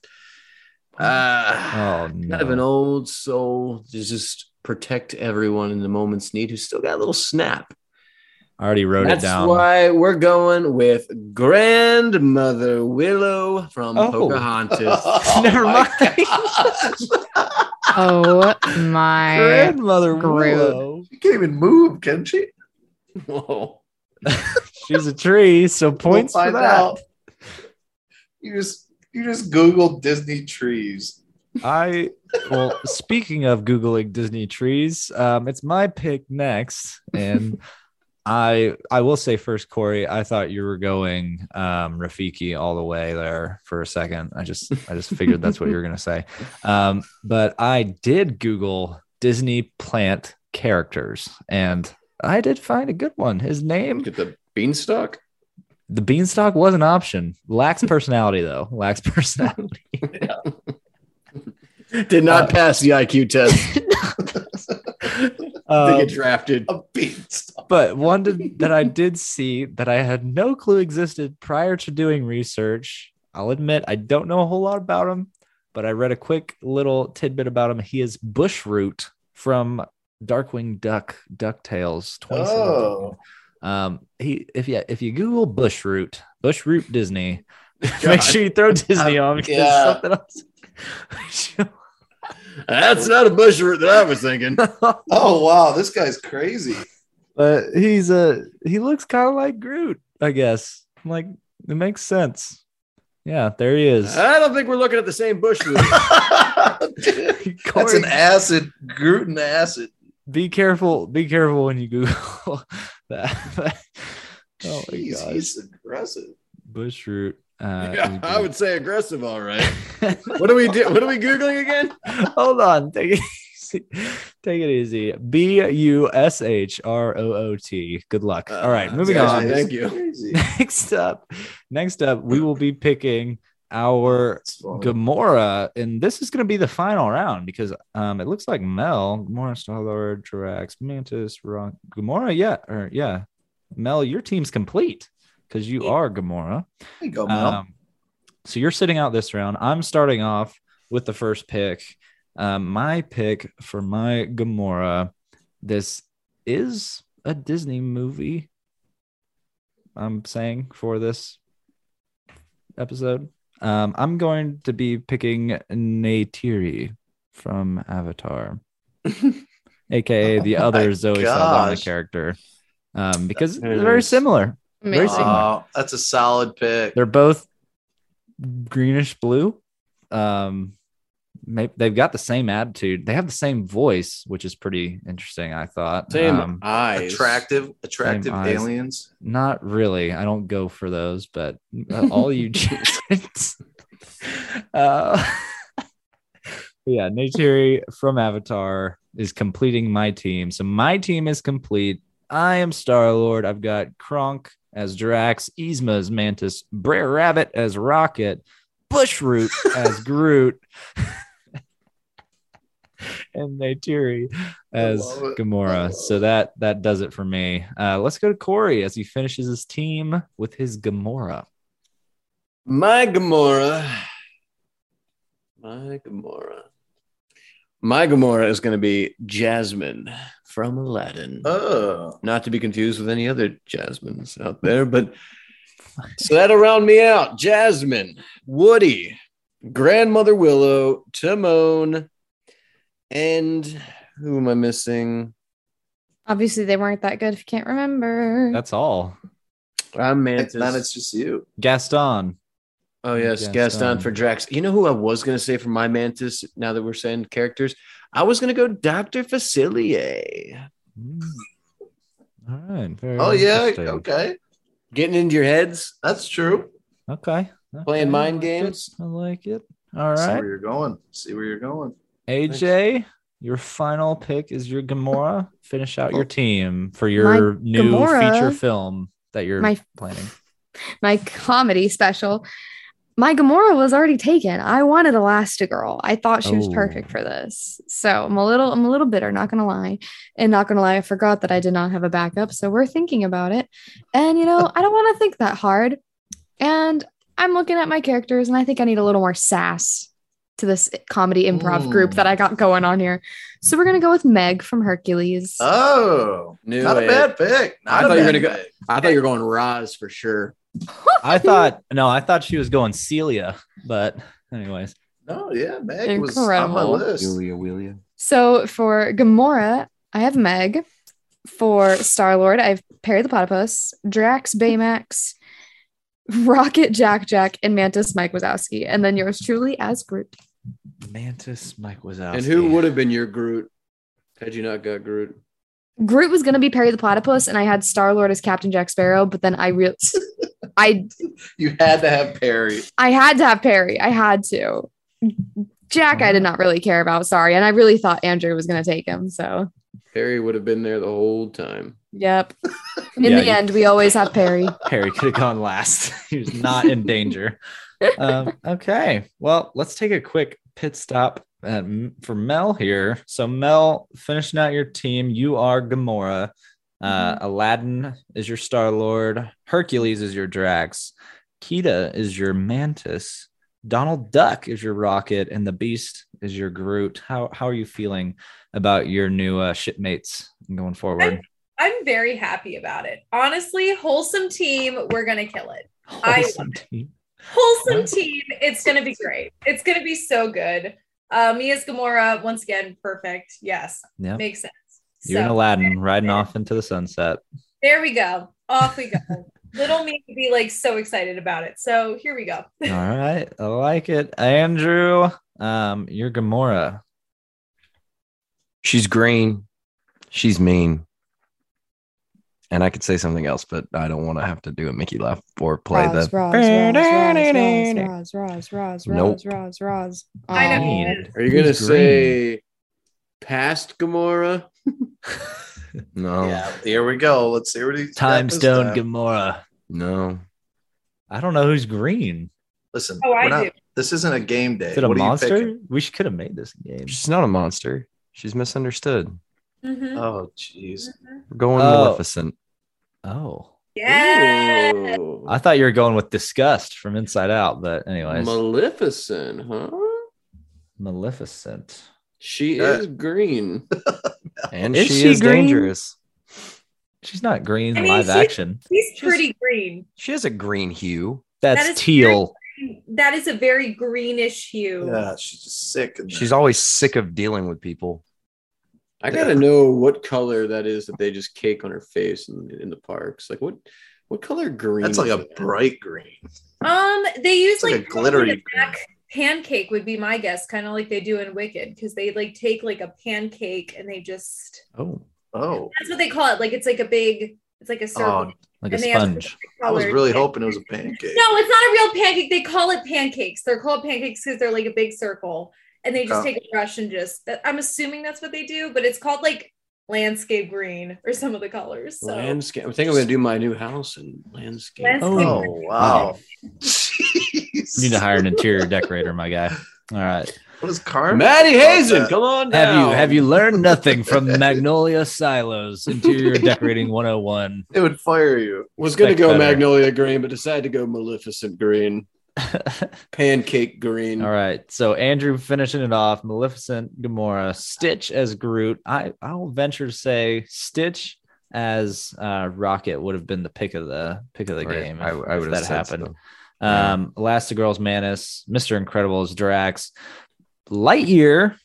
Speaker 5: Ah,
Speaker 2: Oh no!
Speaker 5: kind of an old soul to just protect everyone in the moment's need who's still got a little snap.
Speaker 2: I already wrote
Speaker 5: That's
Speaker 2: it down.
Speaker 5: why we're going with Grandmother Willow from
Speaker 2: Oh.
Speaker 5: Pocahontas. Oh
Speaker 2: Never
Speaker 7: my
Speaker 2: mind.
Speaker 7: gosh.
Speaker 4: Oh my.
Speaker 2: Grandmother
Speaker 4: Groot.
Speaker 2: Willow.
Speaker 7: She can't even move, can she?
Speaker 5: Whoa.
Speaker 2: She's a tree, so points
Speaker 7: We'll
Speaker 2: for that.
Speaker 7: You just you just Google Disney trees.
Speaker 2: I well, speaking of googling Disney trees, um, it's my pick next, and I I will say first, Corey, I thought you were going um, Rafiki all the way there for a second. I just I just figured that's what you were gonna say, um, but I did Google Disney plant characters, and I did find a good one. His name,
Speaker 5: Get the beanstalk.
Speaker 2: the beanstalk, was an option. Lacks personality though. Lacks personality.
Speaker 5: Did not pass the IQ test to
Speaker 2: Um,
Speaker 5: get drafted.
Speaker 7: A beanstalk.
Speaker 2: but one did, that I did see that I had no clue existed prior to doing research. I'll admit I don't know a whole lot about him, but I read a quick little tidbit about him. He is Bushroot from Darkwing Duck DuckTales 2017.
Speaker 7: Oh.
Speaker 2: Um, he if yeah, if you Google Bushroot, Bushroot Disney, make sure you throw Disney on because
Speaker 7: Uh, yeah.
Speaker 2: something else.
Speaker 5: That's not a bush root that I was thinking.
Speaker 7: Oh wow, this guy's crazy.
Speaker 2: but he's a he looks kind of like Groot, I guess. Like it makes sense. Yeah, there he is.
Speaker 5: I don't think we're looking at the same bush root.
Speaker 7: That's
Speaker 2: Corey,
Speaker 7: an acid, gluten acid.
Speaker 2: be careful. Be careful when you Google that. oh my
Speaker 7: Jeez,
Speaker 2: gosh,
Speaker 7: he's aggressive.
Speaker 2: Bushroot. Uh,
Speaker 5: yeah,
Speaker 2: is
Speaker 5: I
Speaker 2: Groot.
Speaker 5: would say aggressive, all right. What are we do? What are we googling again?
Speaker 2: Hold on, take it easy. Take it easy. B U S H R O O T. Good luck. All right,
Speaker 5: Uh,
Speaker 2: moving
Speaker 5: yeah,
Speaker 2: on.
Speaker 5: Thank you.
Speaker 7: Crazy.
Speaker 2: Next up, next up, we will be picking our
Speaker 7: That's funny.
Speaker 2: Gamora, and this is going to be the final round because um, it looks like Mel, Gamora, Star Lord, Drax, Mantis, Rock, Gamora. Yeah, or yeah, Mel, your team's complete because you are Gamora.
Speaker 7: There you go, Mel.
Speaker 2: Um, so you're sitting out this round. I'm starting off with the first pick. Um, my pick for my Gamora. This is a Disney movie. I'm saying for this episode. Um, I'm going to be picking Neytiri from Avatar, aka the
Speaker 7: Oh
Speaker 2: other
Speaker 7: my
Speaker 2: Zoe Saldana
Speaker 7: gosh.
Speaker 2: character, um, because
Speaker 5: There it
Speaker 2: they're very
Speaker 5: is.
Speaker 2: similar. Very
Speaker 4: Amazing.
Speaker 2: similar.
Speaker 7: Wow, that's a solid pick.
Speaker 2: They're both greenish blue. Um, may- they've got the same attitude. They have the same voice, which is pretty interesting. I thought.
Speaker 5: Same
Speaker 2: Um,
Speaker 5: eyes.
Speaker 7: attractive, attractive
Speaker 2: eyes.
Speaker 7: aliens.
Speaker 2: Not really. I don't go for those, but uh, all you gents. uh, yeah, Neytiri from Avatar is completing my team. So my team is complete. I am Star Lord. I've got Kronk as Drax, Yzma as Mantis, Brer Rabbit as Rocket, Bushroot as Groot, and Neytiri as
Speaker 7: love it. I love
Speaker 2: Gamora.
Speaker 7: it.
Speaker 2: So that that does it for me. Uh, let's go to Corey as he finishes his team with his Gamora.
Speaker 5: My Gamora. My Gamora. My Gamora is going to be Jasmine from Aladdin.
Speaker 7: Oh,
Speaker 5: Not to be confused with any other Jasmines out there, but so that'll round me out. Jasmine, Woody, Grandmother Willow, Timon, and who am I missing?
Speaker 4: Obviously, they weren't that good if you can't remember.
Speaker 2: That's all.
Speaker 5: I'm
Speaker 7: and
Speaker 5: Mantis.
Speaker 7: then it's just you.
Speaker 2: Gaston.
Speaker 5: Oh yes,
Speaker 2: Gaston.
Speaker 5: Gaston. for Drax. You know who I was gonna say for my Mantis? Now that we're saying characters, I was gonna go Doctor Facilier.
Speaker 2: Mm. All right. Very
Speaker 7: Oh yeah,
Speaker 2: interesting.
Speaker 7: okay,
Speaker 5: Getting into your heads.
Speaker 7: that's true.
Speaker 2: Okay.
Speaker 5: Playing
Speaker 2: Okay, I
Speaker 5: mind
Speaker 2: like
Speaker 5: games.
Speaker 2: it. I like it. All
Speaker 7: See
Speaker 2: right.
Speaker 7: where you're going. See where you're going.
Speaker 2: AJ, your final pick is your Gamora. Finish out your team for
Speaker 4: My
Speaker 2: your new
Speaker 4: Gamora-
Speaker 2: feature film that you're
Speaker 4: My-
Speaker 2: planning.
Speaker 4: my comedy special. My Gamora was already taken. I wanted Elastigirl. I thought she was
Speaker 2: Oh.
Speaker 4: perfect for this. So I'm a little, I'm a little bitter, not gonna lie. And not gonna lie, I forgot that I did not have a backup. So we're thinking about it. And you know, I don't want to think that hard. And I'm looking at my characters and I think I need a little more sass. to this comedy improv group
Speaker 7: Mm.
Speaker 4: that I got going on here. So we're gonna go with Meg from Hercules.
Speaker 7: Oh,
Speaker 5: Knew
Speaker 7: not
Speaker 5: it.
Speaker 7: a bad pick. Not
Speaker 5: I
Speaker 7: a
Speaker 5: thought you were
Speaker 7: bad
Speaker 5: gonna go-
Speaker 7: pick.
Speaker 5: I thought you were going Roz for sure.
Speaker 2: I thought no, I thought she was going Celia, but anyways,
Speaker 7: No, yeah, Meg was on my
Speaker 4: Incredible.
Speaker 7: list.
Speaker 6: Willia.
Speaker 4: So for Gamora, I have Meg. For Star Lord, I have Perry the Platypus, Drax Baymax, Rocket Jack Jack, and Mantis Mike Wazowski. And then yours truly as Groot.
Speaker 2: Mantis Mike was out.
Speaker 5: And who would have been your Groot had you not got Groot?
Speaker 4: Groot was gonna be Perry the Platypus, and I had Star Lord as Captain Jack Sparrow, but then I real I
Speaker 7: You had to have Perry.
Speaker 4: I had to have Perry. I had to. Jack, I did not really care about. Sorry, and I really thought Andrew was gonna take him. So,
Speaker 5: Perry would have been there the whole time.
Speaker 4: yep. In
Speaker 2: Yeah,
Speaker 4: the
Speaker 2: you-
Speaker 4: end, we always have Perry.
Speaker 2: Harry could have gone last. he was not in danger. um, okay. Well, let's take a quick pit stop at, for Mel here. So, Mel, finishing out your team, you are Gamora. Uh,
Speaker 3: Mm-hmm.
Speaker 2: Aladdin is your Star Lord. Hercules is your Drax. Kita is your Mantis. Donald Duck is your Rocket, and the Beast is your Groot. How how are you feeling about your new uh, shipmates going forward?
Speaker 3: I'm very happy about it. Honestly, wholesome team, we're gonna kill it. I-
Speaker 2: Wholesome team.
Speaker 3: Wholesome
Speaker 2: Wow.
Speaker 3: team, it's gonna be great. It's gonna be so good. Uh, Mia's Gamora, once again, perfect. Yes,
Speaker 2: Yep.
Speaker 3: makes sense.
Speaker 2: You're in
Speaker 3: So-
Speaker 2: Aladdin, riding off into the sunset.
Speaker 3: There we go. Off we go. Little me would be like so excited about it. So here we go.
Speaker 2: All right, I like it, Andrew. Um, you're Gamora.
Speaker 6: She's green. She's mean. And I could say something else, but I don't want to have to do a Mickey laugh or play
Speaker 4: Roz,
Speaker 6: the.
Speaker 4: Roz, Roz, Roz, Roz, Roz, Roz, Roz,
Speaker 6: Nope.
Speaker 4: Roz, Roz.
Speaker 3: I know.
Speaker 4: Aw.
Speaker 2: Mean.
Speaker 5: Are you gonna
Speaker 2: Who's
Speaker 5: say past Gamora?
Speaker 6: No,
Speaker 7: Yeah, here we go. Let's see what he's got
Speaker 5: uh,
Speaker 2: Time
Speaker 7: this
Speaker 2: Stone
Speaker 7: time.
Speaker 2: Gamora.
Speaker 6: no.
Speaker 2: I don't know who's green.
Speaker 7: Listen,
Speaker 3: Oh, I
Speaker 7: we're not-
Speaker 3: do.
Speaker 7: this isn't a game day.
Speaker 2: Is it a
Speaker 7: what Are you
Speaker 2: monster?
Speaker 7: picking?
Speaker 2: We should, could have made this game.
Speaker 6: She's not a monster. She's misunderstood.
Speaker 3: Mhm.
Speaker 7: oh, jeez.
Speaker 3: Mm-hmm.
Speaker 6: We're going
Speaker 2: Oh.
Speaker 6: Maleficent.
Speaker 2: Oh,
Speaker 3: Yeah.
Speaker 5: Ooh.
Speaker 2: I thought you were going with disgust from Inside Out, but anyways,
Speaker 5: Maleficent, huh?
Speaker 2: Maleficent.
Speaker 5: She
Speaker 7: Yeah.
Speaker 5: is green.
Speaker 6: And
Speaker 2: Is
Speaker 6: she,
Speaker 2: she
Speaker 6: is
Speaker 2: green?
Speaker 6: dangerous.
Speaker 2: She's not green
Speaker 3: I mean,
Speaker 2: live
Speaker 3: she's-
Speaker 2: action.
Speaker 3: He's
Speaker 6: Just-
Speaker 3: pretty green.
Speaker 6: She has a green hue.
Speaker 2: That's
Speaker 3: is
Speaker 2: teal.
Speaker 3: That is a very greenish hue.
Speaker 7: Yeah, she's just sick. in
Speaker 6: She's
Speaker 7: there.
Speaker 6: always sick of dealing with people.
Speaker 5: I gotta know what color that is that they just cake on her face in, in the parks. Like what? What color green?
Speaker 7: That's like
Speaker 5: is
Speaker 7: a
Speaker 5: that?
Speaker 7: bright green.
Speaker 3: Um, they use
Speaker 7: It's like, a glittery green.
Speaker 3: black pancake would be my guess, kind of like they do in Wicked, because they like take like a pancake and they just
Speaker 2: Oh,
Speaker 7: Oh,
Speaker 3: that's what they call it. Like it's like a big, it's like a circle.
Speaker 7: oh,
Speaker 2: like
Speaker 3: And
Speaker 2: a
Speaker 3: they have
Speaker 2: sponge.
Speaker 7: I was
Speaker 3: colored
Speaker 7: really
Speaker 3: pancake.
Speaker 7: hoping it was a pancake.
Speaker 3: No, it's not a real pancake. They call it pancakes. They're called pancakes because they're like a big circle, and they just
Speaker 7: Oh.
Speaker 3: take a brush and just. that- I'm assuming that's what they do, but it's called like landscape green or some of the colors. So
Speaker 5: landscape. I think I'm gonna do my new house in landscape.
Speaker 3: Landscape.
Speaker 2: Oh,
Speaker 7: Oh, wow. Jeez.
Speaker 2: You need to hire an interior decorator, my guy. All right.
Speaker 7: What is Carmen?
Speaker 5: Maddie Hazen,
Speaker 7: About that?
Speaker 5: come on down.
Speaker 2: Oh, Have you have you learned nothing from Magnolia Silos Interior Decorating 101?
Speaker 7: It would fire you.
Speaker 5: was gonna go
Speaker 2: Expect better.
Speaker 5: Magnolia Green, but decided to go Maleficent Green, Pancake Green.
Speaker 2: All right. So Andrew finishing it off, Maleficent, Gamora, Stitch as Groot. I I'll venture to say Stitch as uh, Rocket would have been the pick of the pick of the
Speaker 6: Right.
Speaker 2: game.
Speaker 6: I,
Speaker 2: if-
Speaker 6: I
Speaker 2: if
Speaker 6: would have
Speaker 2: that
Speaker 6: said
Speaker 2: happened.
Speaker 6: so. Yeah.
Speaker 2: Um, Elastigirl's Manus, Mr. Incredible's Drax, Lightyear,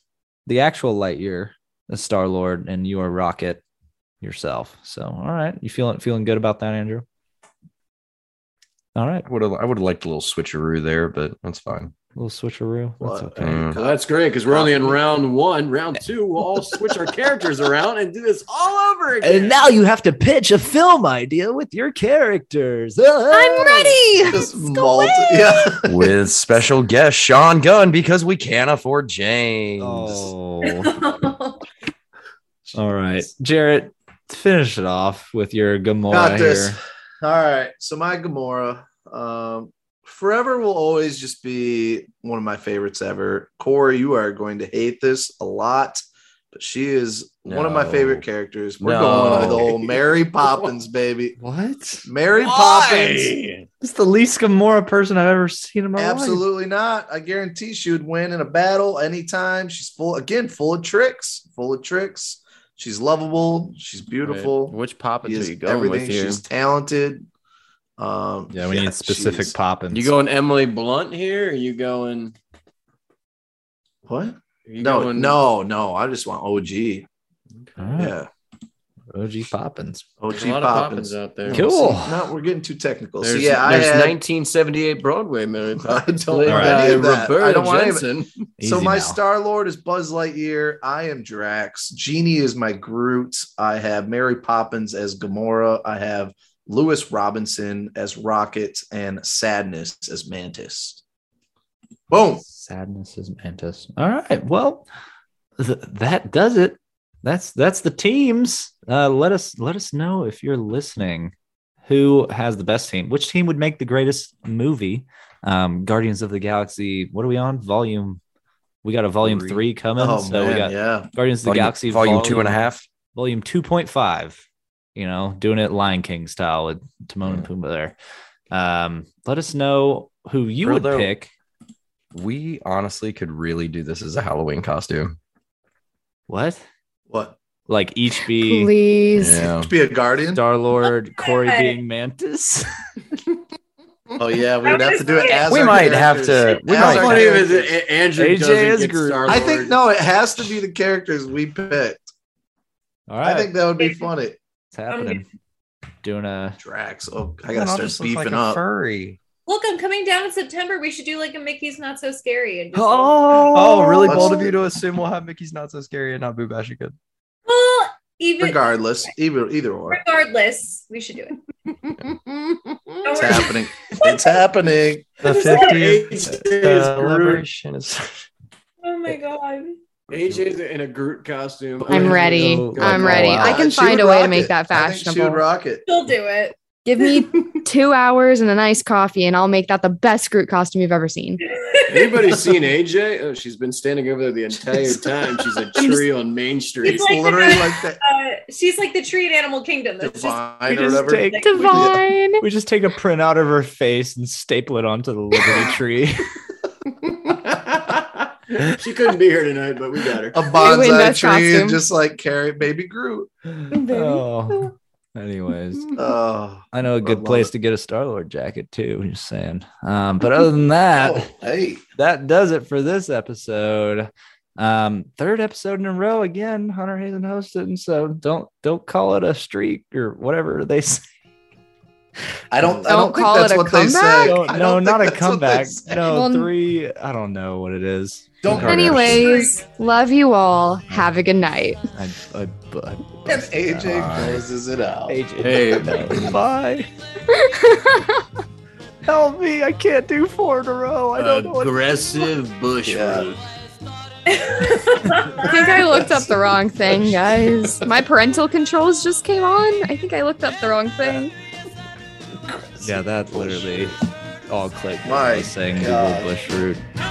Speaker 2: the actual Lightyear, the Star Lord, and you are Rocket yourself. So, all right, you feeling feeling good about that, Andrew? All right,
Speaker 6: I would have I would have liked a little switcheroo there, but that's fine.
Speaker 2: little switcheroo. That's
Speaker 7: What?
Speaker 2: okay.
Speaker 6: Mm.
Speaker 5: Well, that's great because we're only in round one. Round two, we'll all switch our characters around and do this all over again.
Speaker 2: And now you have to pitch a film idea with your characters. Oh.
Speaker 4: I'm ready.
Speaker 7: Just
Speaker 4: Let's go
Speaker 7: multi-
Speaker 4: in.
Speaker 7: yeah.
Speaker 6: With special guest Sean Gunn because we can't afford James.
Speaker 2: Oh, all right, Jarrett, finish it off with your Gamora
Speaker 7: Got this.
Speaker 2: here.
Speaker 7: All right. So my Gamora, um, forever will always just be one of my favorites ever. Corey, you are going to hate this a lot. But she is one of my
Speaker 6: No.
Speaker 7: favorite characters. We're
Speaker 6: No.
Speaker 7: going with the whole Mary Poppins, baby.
Speaker 2: What?
Speaker 7: Mary Poppins.
Speaker 2: It's the least Gamora person I've ever seen in my life.
Speaker 7: Absolutely not. I guarantee she would win in a battle anytime. She's full again, full of tricks, full of tricks. She's lovable. She's beautiful.
Speaker 9: Which
Speaker 7: She
Speaker 9: Poppins
Speaker 7: is
Speaker 9: are you going with
Speaker 7: everything.
Speaker 9: here?
Speaker 7: She's talented. Um,
Speaker 2: Yeah, we need specific
Speaker 7: she's-
Speaker 2: poppins.
Speaker 9: You going Emily Blunt here? Or you going?
Speaker 7: What?
Speaker 9: You
Speaker 7: No,
Speaker 9: going,
Speaker 7: no, no. I just want OG.
Speaker 2: All right,
Speaker 7: Yeah,
Speaker 2: OG poppins.
Speaker 7: OG
Speaker 9: There's a lot
Speaker 7: Poppins.
Speaker 9: of Poppins out there.
Speaker 2: Cool.
Speaker 7: See, no, we're getting too technical.
Speaker 9: There's,
Speaker 7: so yeah, I
Speaker 9: there's
Speaker 7: had,
Speaker 9: 1978 Broadway Mary Poppins.
Speaker 7: don't
Speaker 9: played
Speaker 2: want
Speaker 9: by
Speaker 7: any of that.
Speaker 9: Roberta
Speaker 7: I don't want any of it.
Speaker 9: Jensen.
Speaker 7: so
Speaker 2: Easy
Speaker 7: my
Speaker 2: now.
Speaker 7: Star Lord is Buzz Lightyear. I am Drax. Genie is my Groot. I have Mary Poppins as Gamora. I have Lewis Robinson as Rocket and Sadness as Mantis. Boom.
Speaker 2: Sadness is mantis. All right. Well, th- that does it. That's that's the teams. Uh, let us let us know if you're listening. Who has the best team? Which team would make the greatest movie? Um, Guardians of the Galaxy. What are we on? Volume. We got a volume three,
Speaker 6: Three.
Speaker 2: coming.
Speaker 7: Oh
Speaker 2: so
Speaker 7: man,
Speaker 2: we got
Speaker 7: yeah.
Speaker 2: Guardians of the
Speaker 6: Volume-
Speaker 2: Galaxy
Speaker 6: volume two and a half.
Speaker 2: volume 2.5 you know doing it lion king style with timon and
Speaker 7: Mm.
Speaker 2: pumbaa there um let us know who you
Speaker 6: Bro,
Speaker 2: would
Speaker 6: though-
Speaker 2: pick
Speaker 6: We honestly could really do this as a Halloween costume.
Speaker 2: what
Speaker 7: What?
Speaker 2: like each be
Speaker 4: Please.
Speaker 6: Yeah.
Speaker 7: To be a guardian?
Speaker 2: star lord corey
Speaker 3: God.
Speaker 2: being mantis
Speaker 7: Oh yeah, we would have to do it as
Speaker 6: We
Speaker 7: our
Speaker 6: might have
Speaker 7: characters.
Speaker 6: to- we
Speaker 7: As
Speaker 9: How
Speaker 6: might-
Speaker 7: our
Speaker 9: funny is
Speaker 7: characters.
Speaker 9: it? Andrew
Speaker 2: AJ
Speaker 9: doesn't
Speaker 2: is
Speaker 9: get
Speaker 2: Groot.
Speaker 9: Star-Lord.
Speaker 7: I think no, it has to be the characters we picked.
Speaker 2: all right
Speaker 7: I think that would be funny.
Speaker 2: it's happening doing a
Speaker 7: Drax. Oh, I gotta start beefing up.
Speaker 6: Furry.
Speaker 3: Look, I'm coming down in September. We should do like a Mickey's Not So Scary. And just
Speaker 2: oh
Speaker 6: Oh, really
Speaker 7: Let's-
Speaker 6: bold of you to assume we'll have Mickey's not so scary and not Boo Bashika.
Speaker 3: Well, even
Speaker 7: Regardless, either either or.
Speaker 3: regardless, we should do it. Don't
Speaker 7: It's
Speaker 3: worry.
Speaker 7: happening. It's happening.
Speaker 6: The
Speaker 3: Just like
Speaker 6: 50th
Speaker 9: AJ is Groot.
Speaker 6: celebration is.
Speaker 3: Oh my god.
Speaker 9: AJ's in a Groot costume.
Speaker 4: I'm ready.
Speaker 2: Oh,
Speaker 4: I'm
Speaker 2: God.
Speaker 4: ready.
Speaker 2: Wow.
Speaker 4: I can
Speaker 7: She would
Speaker 4: find a way to
Speaker 7: rock
Speaker 4: make
Speaker 7: it.
Speaker 4: that
Speaker 7: I think She would
Speaker 4: fashionable.
Speaker 7: rock it.
Speaker 3: She'll do it.
Speaker 4: Give me two hours and a nice coffee, and I'll make that the best Groot costume you've ever seen.
Speaker 9: Anybody seen AJ? Oh, she's been standing over there the entire time. She's a tree on Main Street.
Speaker 7: It's
Speaker 3: like the
Speaker 7: literally
Speaker 3: guy-
Speaker 7: like that
Speaker 3: Uh, she's like the tree in Animal Kingdom. That's just
Speaker 7: divine or
Speaker 2: just
Speaker 7: whatever.
Speaker 2: take-
Speaker 4: Divine.
Speaker 2: we just take a printout of her face and staple it onto the liberty tree
Speaker 9: she couldn't be here tonight, but we got her.
Speaker 7: A
Speaker 4: We win
Speaker 7: bonsai
Speaker 4: best
Speaker 7: tree
Speaker 4: costume.
Speaker 7: and just like carry baby Groot.
Speaker 2: oh anyways
Speaker 7: Oh,
Speaker 2: I know a good
Speaker 7: love
Speaker 2: place
Speaker 7: it.
Speaker 2: to get a Star Lord jacket too. Just saying. Um, but other than that,
Speaker 7: oh, hey,
Speaker 2: that does it for this episode. Um, third episode in a row again. Hunter Hazen hosted, and so don't don't call it a streak or whatever they say.
Speaker 7: I don't. I
Speaker 4: Don't
Speaker 7: don't
Speaker 4: call
Speaker 7: think that's
Speaker 4: it a
Speaker 7: what they
Speaker 4: comeback?
Speaker 7: say.
Speaker 2: No,
Speaker 7: I
Speaker 2: no,
Speaker 7: don't think
Speaker 2: not a
Speaker 7: that's what they
Speaker 2: comeback.
Speaker 7: say.
Speaker 2: No,
Speaker 4: Well,
Speaker 2: three. I don't know what it is.
Speaker 7: Don't-
Speaker 2: Kardashian.
Speaker 4: Anyways, love you all. Have a good night.
Speaker 2: I, I, I,
Speaker 7: AJ closes it out.
Speaker 2: AJ. Bye. Help me! I can't do four in a row. I don't know what
Speaker 9: Aggressive bush
Speaker 7: Yeah.
Speaker 9: root.
Speaker 4: I think I looked up the wrong thing, guys. My parental controls just came on. I think I looked up the wrong thing.
Speaker 2: Yeah, that literally all clicked.
Speaker 7: My
Speaker 2: saying Google
Speaker 7: God.
Speaker 2: Bush root.